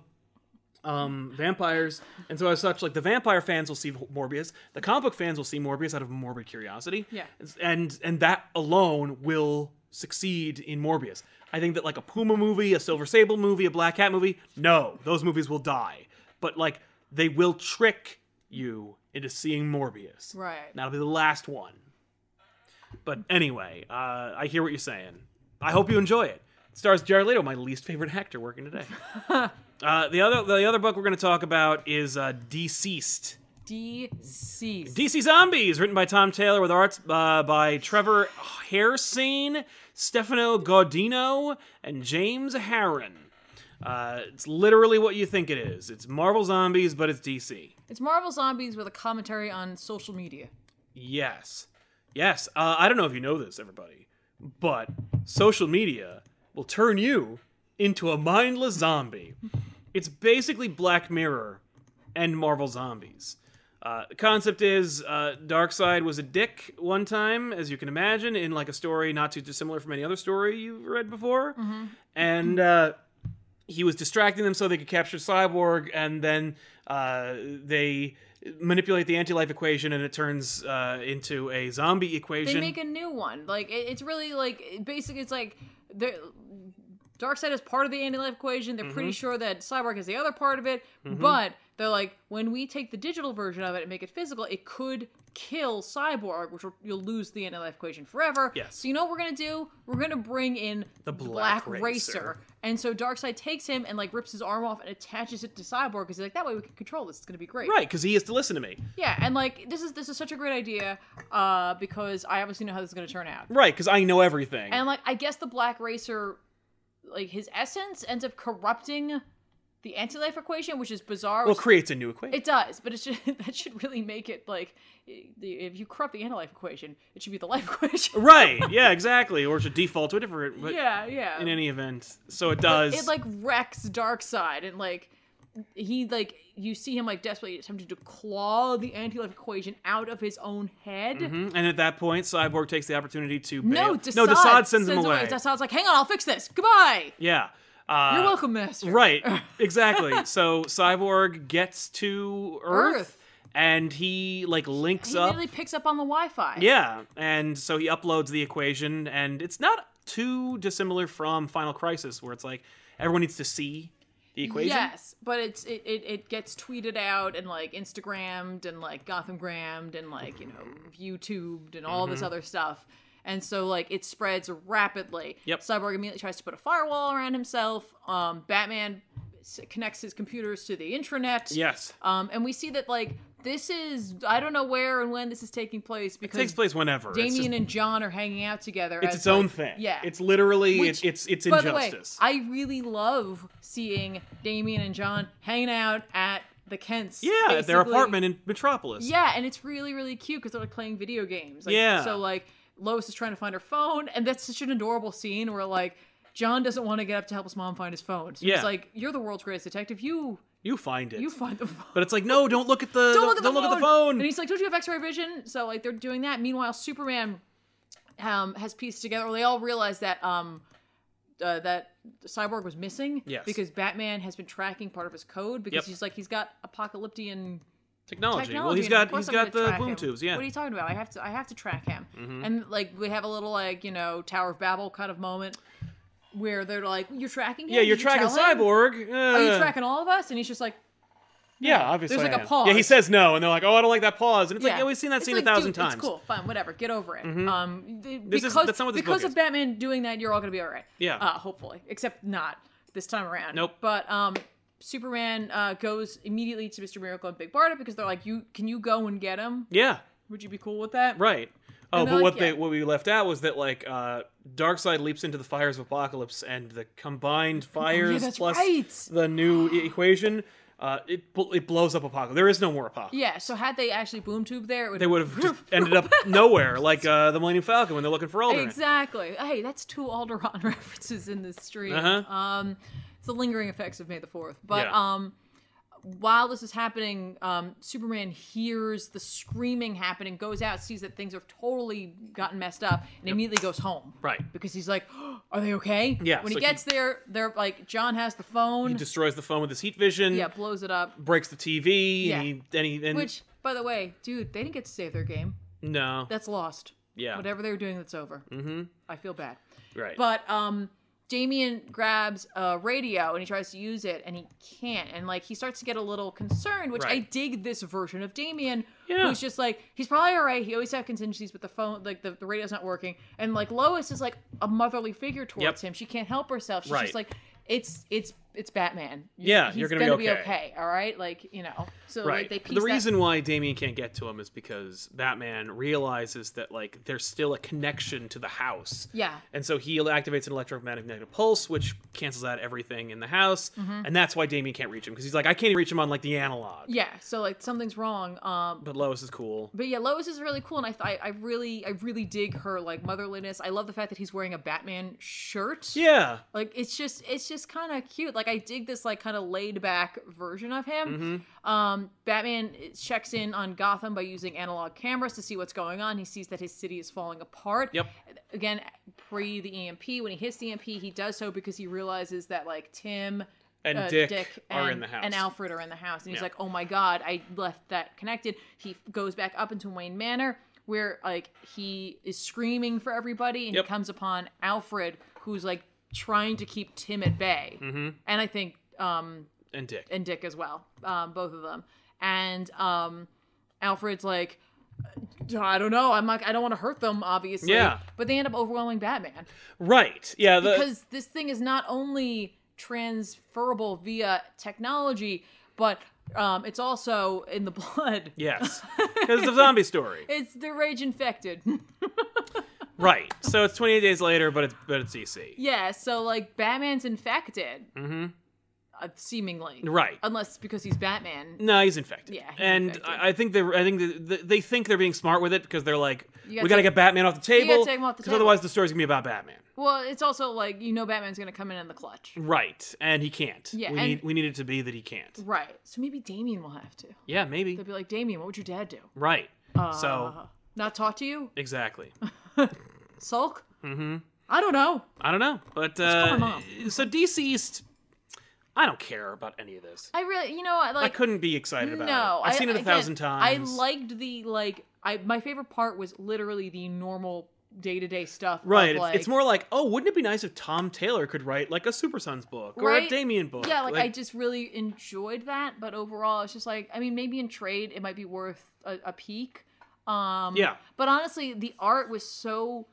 B: um vampires and so as such like the vampire fans will see morbius the comic book fans will see morbius out of morbid curiosity
C: Yeah.
B: and and that alone will succeed in morbius i think that like a puma movie a silver sable movie a black hat movie no those movies will die but like they will trick you into seeing morbius
C: right.
B: that'll be the last one but anyway uh i hear what you're saying i hope you enjoy it it stars jared leto my least favorite actor working today uh, the other the other book we're going to talk about is uh, Deceased.
C: Deceased.
B: DC Zombies, written by Tom Taylor with arts uh, by Trevor Hairsine, Stefano Gaudino, and James Harron. Uh, it's literally what you think it is. It's Marvel Zombies, but it's DC.
C: it's Marvel Zombies with a commentary on social media.
B: Yes. Yes. Uh, I don't know if you know this, everybody, but social media will turn you into a mindless zombie. It's basically Black Mirror and Marvel Zombies. Uh, the concept is uh, Darkseid was a dick one time, as you can imagine, in like a story not too dissimilar from any other story you've read before.
C: Mm-hmm.
B: And. Uh, he was distracting them so they could capture Cyborg, and then uh, they manipulate the anti-life equation, and it turns uh, into a zombie
C: They
B: equation.
C: make a new one. Like it, it's really like it- basically it's like the Darkseid is part of the anti-life equation. They're
B: Mm-hmm.
C: pretty sure that Cyborg is the other part of it, but they're like when we take the digital version of it and make it physical, it could kill Cyborg, which will, you'll lose the anti-life equation forever.
B: Yes.
C: So you know what we're gonna do? We're gonna bring in
B: The Black Racer.
C: and so Darkseid takes him and like rips his arm off and attaches it to Cyborg because he's like that way we can control this. It's gonna be great.
B: right, because he has to listen to me.
C: Yeah, and like this is this is such a great idea uh, because I obviously know how this is going to turn out.
B: Right, because I know everything.
C: And like I guess the Black Racer, like his essence ends up corrupting the anti-life equation, which is bizarre.
B: well,
C: which-
B: creates a new equation.
C: it does, but it should that should really make it like i- the- if you corrupt the anti-life equation, it should be the life equation.
B: right. Yeah. Exactly. Or it should default to a different. But
C: yeah, yeah.
B: In any event, so it does.
C: it like wrecks Darkseid and like he like you see him like desperately attempting to claw the anti-life equation out of his own head.
B: Mhm, And at that point, Cyborg takes the opportunity to bail.
C: No, Desaad
B: no, Desaad sends him away.
C: Desaad's like, hang on, I'll fix this. Goodbye.
B: Yeah. Uh,
C: You're welcome, master.
B: Right, exactly. so Cyborg gets to Earth,
C: Earth.
B: and he like links
C: He
B: up.
C: immediately picks up on the Wi-Fi.
B: Yeah, and so he uploads the equation, and it's not too dissimilar from Final Crisis, where it's like everyone needs to see the equation.
C: Yes, but it's it, it, it gets tweeted out and like Instagrammed and like Gothamgrammed and like you know YouTubed and all this
B: Mm-hmm.
C: other stuff, and so like it spreads rapidly.
B: Yep.
C: Cyborg immediately tries to put a firewall around himself. Um, Batman s- connects his computers to the intranet.
B: Yes.
C: Um, and we see that like this is I don't know where and when this is taking place
B: It
C: because
B: takes place whenever. It's
C: Damien
B: just-
C: and John are hanging out together.
B: it's
C: as,
B: its own
C: like-
B: thing.
C: Yeah.
B: It's literally
C: Which,
B: it's it's it's
C: By
B: injustice.
C: the way, I really love seeing Damien and John hanging out at the Kents.
B: yeah, at their
C: basically.
B: apartment in Metropolis.
C: Yeah, and it's really really cute because they're like playing video games. Like,
B: Yeah.
C: So like Lois is trying to find her phone, and that's such an adorable scene where like John doesn't want to get up to help his mom find his phone. So
B: Yeah.
C: he's like, "You're the world's greatest detective. You
B: You find it.
C: you find the phone."
B: but it's like, no, don't look at the
C: don't look at the, phone.
B: phone.
C: And he's like, don't you have X-ray vision? So like they're doing that. Meanwhile, Superman um, has pieced together. Well, they all realize that um, uh, that Cyborg was missing.
B: Yes.
C: Because Batman has been tracking part of his code because
B: Yep.
C: he's like he's got apocalyptian
B: Technology.
C: technology.
B: Well, he's
C: and of
B: got
C: course
B: he's
C: I'm gonna
B: got the
C: track
B: boom
C: him.
B: tubes. Yeah. Mm-hmm.
C: What are you talking about? I have to I have to track him. And like we have a little like you know Tower of Babel kind of moment where they're like, you're tracking him.
B: yeah, you're
C: Did you
B: tracking
C: tell him?
B: Cyborg.
C: Are you
B: uh,
C: tracking all of us? And he's just like,
B: Yeah, obviously.
C: There's, like,
B: I
C: a
B: am.
C: pause.
B: Yeah, he says no, and they're like, "Oh, I don't like that pause," and it's like, "Yeah, we've seen that
C: It's
B: scene
C: like,
B: a thousand
C: dude,
B: times." Mm-hmm.
C: It's cool, fine, whatever. Get over it. Um, th-
B: This
C: because
B: is- that's not what this
C: because
B: book
C: of
B: is.
C: Batman doing that, you're all gonna be all right.
B: Yeah.
C: Uh, hopefully, except not this time around.
B: Nope.
C: But um, Superman uh, goes immediately to Mister Miracle and Big Barda because they're like, "You can you go and get him?
B: Yeah,
C: Would you be cool with that?"
B: right. Oh,
C: And
B: but
C: they're
B: what
C: like,
B: they
C: yeah.
B: what we left out was that like uh Darkseid leaps into the fires of apocalypse, and the combined fires
C: Oh, that's
B: plus
C: right.
B: the new e- equation, uh, it bl- it blows up apocalypse. There is no more apocalypse.
C: Yeah. So had they actually boom tube there, it would
B: They would have just ended up nowhere, like uh, the Millennium Falcon when they're looking for Alderaan.
C: Exactly. Hey, that's two Alderaan references in this stream.
B: Uh-huh.
C: Um, it's the lingering effects of May the Fourth. But
B: Yeah.
C: um, while this is happening, um, Superman hears the screaming happening, goes out, sees that things have totally gotten messed up, and immediately goes home.
B: Right.
C: Because he's like, "Oh, "Are they okay?"
B: Yeah,
C: When
B: so
C: he
B: he-
C: gets there, they're like, "John has the
B: He
C: phone."
B: destroys the phone with his heat vision.
C: yeah, blows it up.
B: Breaks the TV.
C: Yeah.
B: And he, and he, and
C: Which, by the way, dude, they didn't get to save their game.
B: no.
C: That's lost.
B: yeah.
C: Whatever they were doing, that's over. Mm-hmm. I feel bad.
B: Right.
C: But um Damien grabs a radio and he tries to use it and he can't. And like he starts to get a little concerned, which I
B: Right.
C: dig this version of Damien,
B: Yeah.
C: who's just like, he's probably all right. He always have contingencies, but the phone, like the, the radio's not working. And like Lois is like a motherly figure towards
B: Yep.
C: him. She can't help herself. She's
B: Right.
C: just like, it's it's it's Batman. You-
B: Yeah,
C: he's
B: you're gonna be okay.
C: All right, like you know. So
B: right.
C: like they piece
B: the
C: that-
B: reason why Damien can't get to him is because Batman realizes that like there's still a connection to the house.
C: Yeah.
B: And so he activates an electromagnetic pulse, which cancels out everything in the house, and that's why Damien can't reach him because he's like, I can't even reach him on like the analog.
C: Mm-hmm. Yeah. So like something's wrong. Um,
B: But Lois is cool.
C: But yeah, Lois is really cool, and I, th- I I really I really dig her like motherliness. I love the fact that he's wearing a Batman shirt.
B: Yeah.
C: Like it's just it's just kind of cute. Like I dig this like kind of laid back version of him.
B: Mm-hmm.
C: Um, Batman checks in on Gotham by using analog cameras to see what's going on. He sees that his city is falling apart.
B: Yep.
C: Again, pre the EMP. When he hits the EMP, he does so because he realizes that like Tim
B: And
C: uh,
B: Dick, are in
C: and-
B: the house.
C: And Alfred are in the house. And he's
B: Yeah.
C: like, oh my God, I left that connected. He f- goes back up into Wayne Manor where like he is screaming for everybody and
B: Yep.
C: he comes upon Alfred who's like trying to keep Tim at bay. Mm-hmm. And I think, um,
B: and Dick.
C: and Dick as well, um, both of them. And um, Alfred's like, I don't know. I'm like, I don't want to hurt them, obviously.
B: Yeah.
C: But they end up overwhelming Batman
B: right. Yeah. The,
C: because this thing is not only transferable via technology, but um, it's also in the blood.
B: yes. Because it's a zombie story.
C: It's the rage infected.
B: Right. So it's 28 days later, but it's but it's DC.
C: yeah, so like Batman's infected. Mm-hmm. Uh, seemingly.
B: Right.
C: Unless because he's Batman.
B: No, he's infected.
C: Yeah, he's
B: and
C: infected.
B: I I think they, I think the, the, they think they're being smart with it because they're like,
C: You gotta
B: we got to
C: take-
B: get Batman off the table.
C: take him off the
B: 'cause
C: table."
B: otherwise the story's gonna be about Batman.
C: Well, it's also like you know Batman's gonna come in in the clutch.
B: Right, and he can't.
C: Yeah,
B: we
C: and- Mm.
B: need we need it to be that he can't.
C: Right. So maybe Damien will have to.
B: Yeah, maybe.
C: They'll be like, Damien, what would your dad do? Uh,
B: Right. so
C: Not talk to you?
B: exactly.
C: Sulk? Mm-hmm. I don't know.
B: I don't know, but
C: call my
B: uh,
C: mom.
B: so DC East. I don't care about any of this.
C: I really you know, I
B: I
C: like
B: couldn't be excited about
C: no,
B: it. I've
C: I-
B: seen it a
C: again,
B: thousand times.
C: I liked the like. I my favorite part was literally the normal day to day stuff. of,
B: Right, it's,
C: like,
B: it's more like, oh, wouldn't it be nice if Tom Taylor could write like a Super Sons book or a
C: Right?
B: Damien book?
C: Yeah, like, I just really enjoyed that. But overall, it's just like I mean, maybe in trade it might be worth a, a peek. Um,
B: Yeah.
C: But honestly, the art was so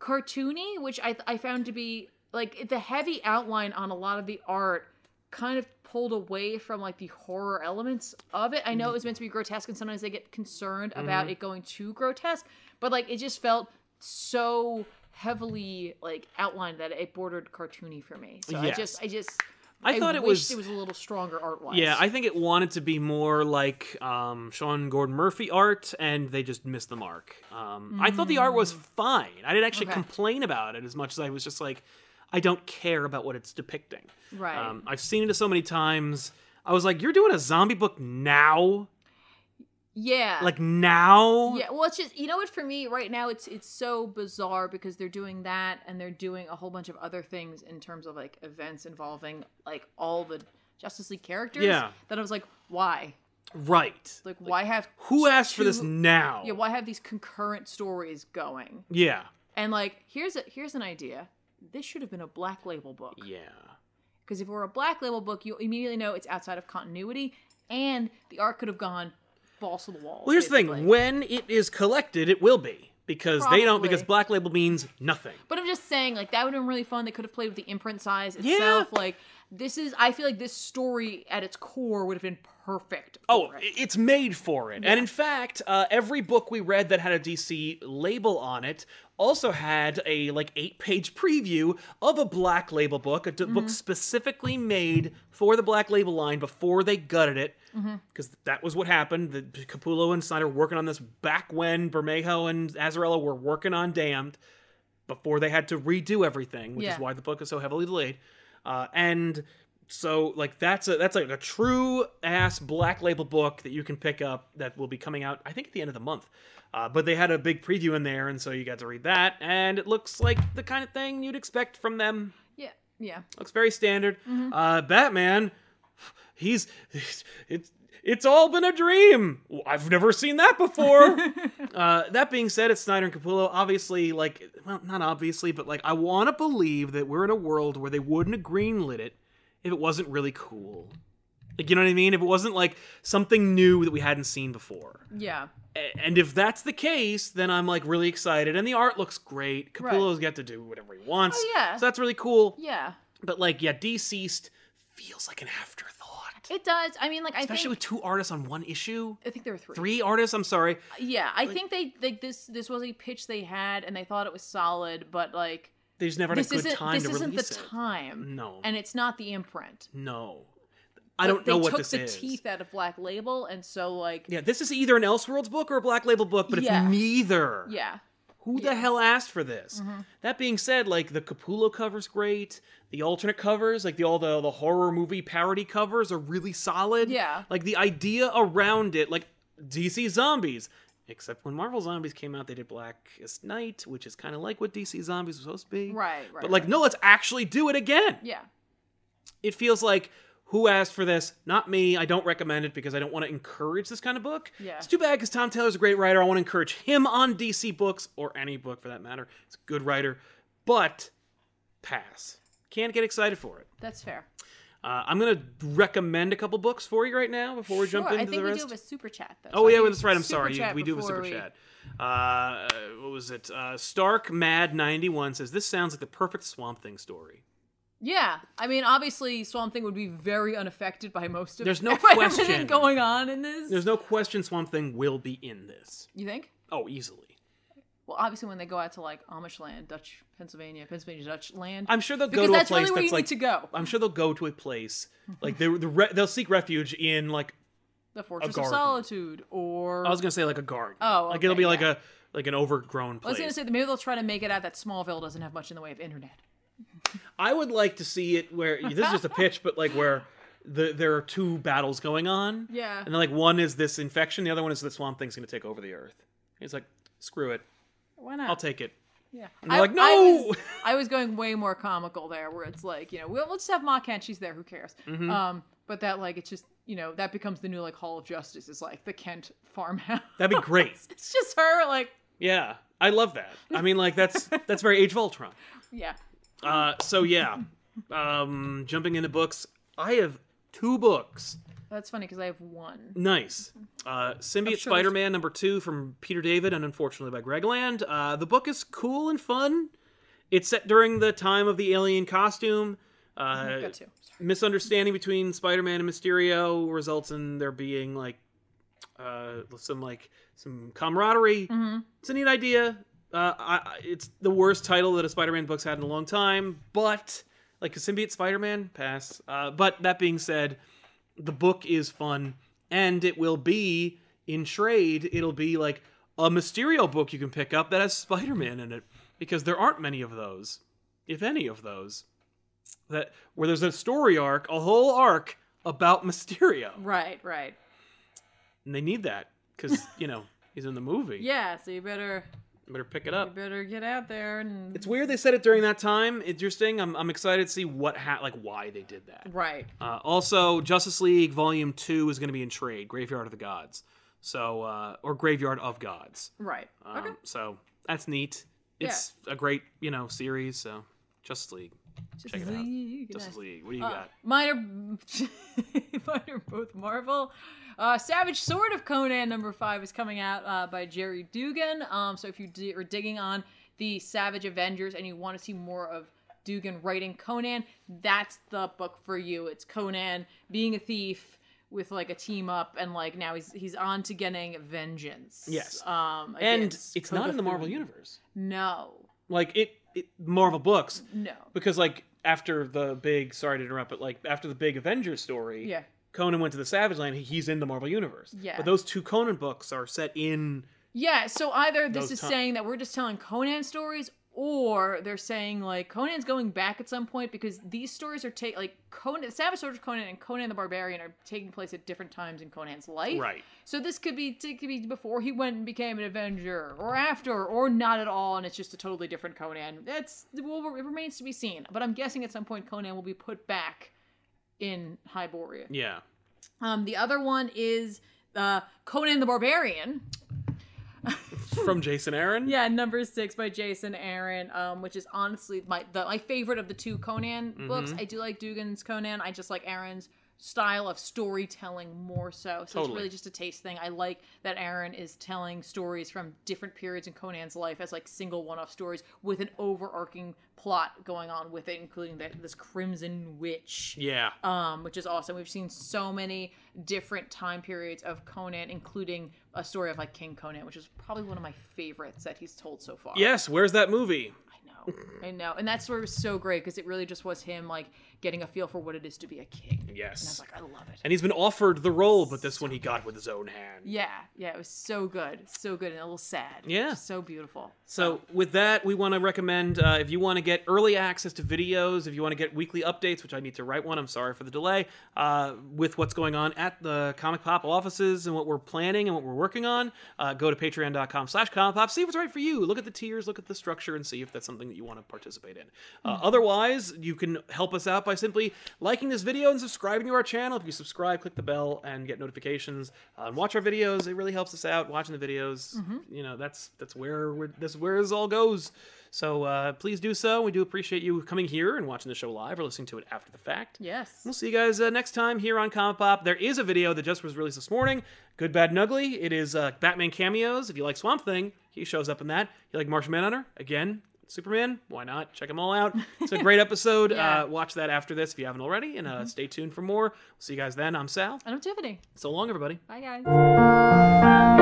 C: cartoony, which I I found to be like the heavy outline on a lot of the art kind of pulled away from like the horror elements of it. I know it was meant to be grotesque and sometimes they get concerned
B: Mm-hmm.
C: about it going too grotesque, but like it just felt so heavily like outlined that it bordered cartoony for me. So I
B: Yes.
C: just I just
B: I thought it
C: wished
B: was-
C: it was a little stronger art wise.
B: Yeah, I think it wanted to be more like um, Sean Gordon Murphy art, and they just missed the mark. Um, I thought the art was fine. I didn't actually
C: Mm. Okay.
B: complain about it as much as I was just like, I don't care about what it's depicting.
C: Right.
B: Um, I've seen it so many times. I was like, you're doing a zombie book now?
C: Yeah.
B: Like now?
C: Yeah, well, it's just you know what for me right now it's it's so bizarre because they're doing that and they're doing a whole bunch of other things in terms of like events involving like all the Justice League characters.
B: Yeah.
C: that I was like, why?
B: Right.
C: Like, why have
B: Who asked for this
C: two-
B: now?
C: Yeah, why have these concurrent stories going?
B: Yeah.
C: And like, here's a here's an idea. This should have been a black label book
B: Yeah.
C: because if it were a black label book, you immediately know it's outside of continuity, and the art could have gone balls to the wall.
B: Well, here's the
C: basically.
B: thing. When it is collected, it will be because they don't because
C: Probably.
B: black label means nothing.
C: But I'm just saying, like that would have been really fun. They could have played with the imprint size itself. Like this is, I feel like this story at its core would have been perfect.
B: Oh,
C: for
B: i-
C: it.
B: it's made for it. And in fact, uh, every book we read that had a DC label on it also had a like eight-page preview of a black label book, a d-
C: Mm-hmm.
B: book specifically made for the black label line before they gutted it, because that was what happened. The Capullo and Snyder were working on this back when Bermejo and Azarello were working on Damned before they had to redo everything, which
C: Yeah.
B: is why the book is so heavily delayed. Uh, and so like that's a that's like a true ass black label book that you can pick up that will be coming out I think at the end of the month. Uh, but they had a big preview in there, and so you got to read that, and it looks like the kind of thing you'd expect from them.
C: yeah, yeah.
B: Looks very standard.
C: Mm-hmm.
B: Uh, Batman, he's it's it's all been a dream. I've never seen that before. uh, that being said, it's Snyder and Capullo. Obviously, like well, not obviously, but like I want to believe that we're in a world where they wouldn't have greenlit it if it wasn't really cool. Like you know what I mean? If it wasn't like something new that we hadn't seen before.
C: Yeah,
B: A- And if that's the case, then I'm like really excited. And the art looks great.
C: Right.
B: Capullo's got to do whatever he wants.
C: Oh, yeah.
B: So that's really cool.
C: yeah.
B: But like, yeah, deceased feels like an afterthought,
C: It does. I mean, like I
B: especially
C: think
B: with two artists on one issue.
C: I think there were three.
B: Three artists. I'm sorry.
C: Yeah, I think they like this. This was a pitch they had, and they thought it was solid, but like
B: They just never had a
C: this
B: good
C: isn't
B: time
C: this
B: to
C: isn't the
B: release it.
C: time,
B: No,
C: and it's not the imprint.
B: no. I
C: Like,
B: don't know
C: they
B: what
C: took
B: this
C: the
B: is.
C: teeth out of Black Label, and so like yeah,
B: Yeah, this is either an Elseworlds book or a Black Label book, but
C: Yeah.
B: it's neither.
C: yeah, Mm-hmm.
B: Who the hell asked for this? That being said, like the Capullo cover's great. The alternate covers, like the all the the horror movie parody covers, are really solid.
C: Yeah.
B: Like the idea around it, like DC Zombies. Except when Marvel Zombies came out, they did Blackest Night, which is kind of like what DC Zombies was supposed to be.
C: right, right.
B: But like,
C: right.
B: no, let's actually do it again.
C: yeah,
B: It feels like who asked for this? Not me. I don't recommend it because I don't want to encourage this kind of book.
C: Yeah.
B: It's too bad because Tom Taylor's a great writer. I want to encourage him on DC books or any book for that matter. He's a good writer, but pass. Can't get excited for it.
C: that's fair.
B: Uh, I'm gonna recommend a couple books for you right now before we jump
C: Sure,
B: into
C: I think
B: the
C: we
B: rest.
C: do have a super chat though.
B: Oh
C: so I
B: yeah,
C: think
B: well, that's right. I'm
C: super
B: sorry. You-
C: chat
B: we do have a super
C: before we-
B: chat. Uh, what was it? Uh, Stark Mad 91 says this sounds like the perfect Swamp Thing story.
C: Yeah, I mean, obviously, Swamp Thing would be very unaffected by most of
B: There's no question.
C: everything going on in this.
B: There's no question Swamp Thing will be in this.
C: you think?
B: Oh, easily.
C: Well, obviously, when they go out to like Amish land, Dutch Pennsylvania, Pennsylvania Dutch land,
B: I'm sure they'll
C: because
B: go to a
C: that's
B: place
C: really where
B: that's
C: you
B: like
C: need to go.
B: I'm sure they'll go to a place like they the re- they'll seek refuge in like
C: The Fortress of
B: garden.
C: Solitude, or
B: I was gonna say like a garden.
C: Oh,
B: like it'll
C: okay,
B: be like
C: yeah.
B: a like an overgrown
C: I was
B: place.
C: gonna say that maybe they'll try to make it out that Smallville doesn't have much in the way of internet.
B: I would like to see it where this is just a pitch, but like where the, there are two battles going on.
C: Yeah.
B: And then like one is this infection, the other one is the swamp thing's gonna take over the earth. He's like, screw it,
C: Why not?
B: I'll take it.
C: yeah,
B: they're like,
C: I
B: "No!"
C: was, I was going way more comical there, where it's like, you know, we'll, we'll just have Ma Kent. She's there. Who cares?
B: Mm-hmm.
C: Um, but that like it's just you know that becomes the new like Hall of Justice is like the Kent farmhouse.
B: That'd be great.
C: it's just her like
B: yeah, I love that. I mean, like that's that's very Age of Ultron.
C: yeah
B: Uh, so yeah, um, jumping into books, I have two books.
C: that's funny because i have one
B: Nice. Uh, Symbiote
C: sure there's-
B: Spider Man number two from Peter David and unfortunately by Greg Land. Uh, the book is cool and fun. It's set during the time of the alien costume. Uh,
C: i've got two Sorry.
B: misunderstanding between Spider Man and Mysterio results in there being like uh, some like some camaraderie. It's a neat idea. Uh, I, I- it's the worst title that a Spider Man book's had in a long time, but like a symbiote Spider Man pass. Uh, but that being said, the book is fun and it will be in trade it'll be like a mysterio book you can pick up that has spider-man in it because there aren't many of those if any of those that where there's a story arc a whole arc about mysterio
C: right right
B: and they need that because you know he's in the movie.
C: Yeah, so you better
B: better pick it
C: you
B: up.
C: better get out there and
B: It's weird they said it during that time. Interesting. I'm I'm excited to see what ha- like why they did that.
C: right.
B: Uh, also, Justice League Volume Two is going to be in trade Graveyard of the Gods, so uh, or Graveyard of Gods.
C: Right.
B: Um,
C: okay.
B: So that's neat.
C: Yeah.
B: It's a great you know series. So Justice League,
C: Just
B: check it out.
C: leave it
B: Justice
C: out.
B: League. What do you
C: Uh,
B: got?
C: mine are mine are both Marvel. Uh, Savage Sword of Conan number five is coming out uh, by Jerry Dugan. Um, so if you di- are digging on the Savage Avengers and you want to see more of Dugan writing Conan, that's the book for you. It's Conan being a thief with like a team up and like now he's he's on to getting vengeance.
B: Yes.
C: Um,
B: And
C: against
B: it's not in the
C: Koga
B: Marvel
C: Fu-
B: universe.
C: No,
B: Like it, it Marvel books
C: no.
B: because like after the big sorry to interrupt, but like after the big Avengers story,
C: Yeah.
B: Conan went to the Savage Land. he- He's in the Marvel universe.
C: Yeah.
B: But those two Conan books are set in
C: Yeah, so either this
B: Those
C: is
B: ti-
C: saying that we're just telling Conan stories or they're saying like Conan's going back at some point because these stories are take like Conan Savage Sword of Conan and Conan the Barbarian are taking place at different times in Conan's life.
B: right.
C: So this could be it could be before he went and became an Avenger or after or not at all and it's just a totally different Conan. That's well it remains to be seen, but I'm guessing at some point Conan will be put back in Hyboria.
B: Yeah.
C: Um the other one is uh Conan the Barbarian
B: From Jason Aaron.
C: Hmm. Yeah, number six by Jason Aaron, um, which is honestly my the, my favorite of the two Conan books. I do like Dugan's Conan. I just like Aaron's style of storytelling more so. So it's
B: Totally.
C: really just a taste thing. I like that Aaron is telling stories from different periods in Conan's life as like single one-off stories with an overarching plot going on with it, including that this Crimson Witch
B: Yeah.
C: um, which is awesome. We've seen so many different time periods of Conan, including a story of like King Conan, which is probably one of my favorites that he's told so far.
B: Yes, where's that movie?
C: I know, I know, and that story was so great because it really just was him like getting a feel for what it is to be a king. And I
B: Yes.
C: was like, I love it.
B: And he's been offered the role, but this one he got with his own hand.
C: Yeah, yeah, it was so good, so good, and a little sad.
B: Yeah.
C: Just so beautiful.
B: So with that, we want to recommend uh, if you want to get early access to videos, if you want to get weekly updates, which I need to write one. I'm sorry for the delay. Uh, with what's going on at the Comic Pop offices and what we're planning and what we're working on, uh, go to Patreon.com/slash Comic Pop. See what's right for you. Look at the tiers, look at the structure, and see if that's something that you want to participate in. Uh, Otherwise, you can help us out by simply liking this video and subscribing to our channel. If you subscribe, click the bell and get notifications uh, and watch our videos. It really helps us out watching the videos. You know, that's that's where we're, that's where this all goes. So uh, please do so. We do appreciate you coming here and watching the show live or listening to it after the fact.
C: Yes.
B: We'll see you guys uh, next time here on Comic Pop. There is a video that just was released this morning. Good, bad, and ugly. It is uh, Batman cameos. If you like Swamp Thing, he shows up in that. You like Martian Manhunter? Again, Superman. Why not? Check them all out. It's a great episode.
C: Yeah.
B: uh, watch that after this if you haven't already, and uh, stay tuned for more. We'll see you guys then. I'm Sal.
C: And I'm Tiffany.
B: So long, everybody.
C: Bye, guys.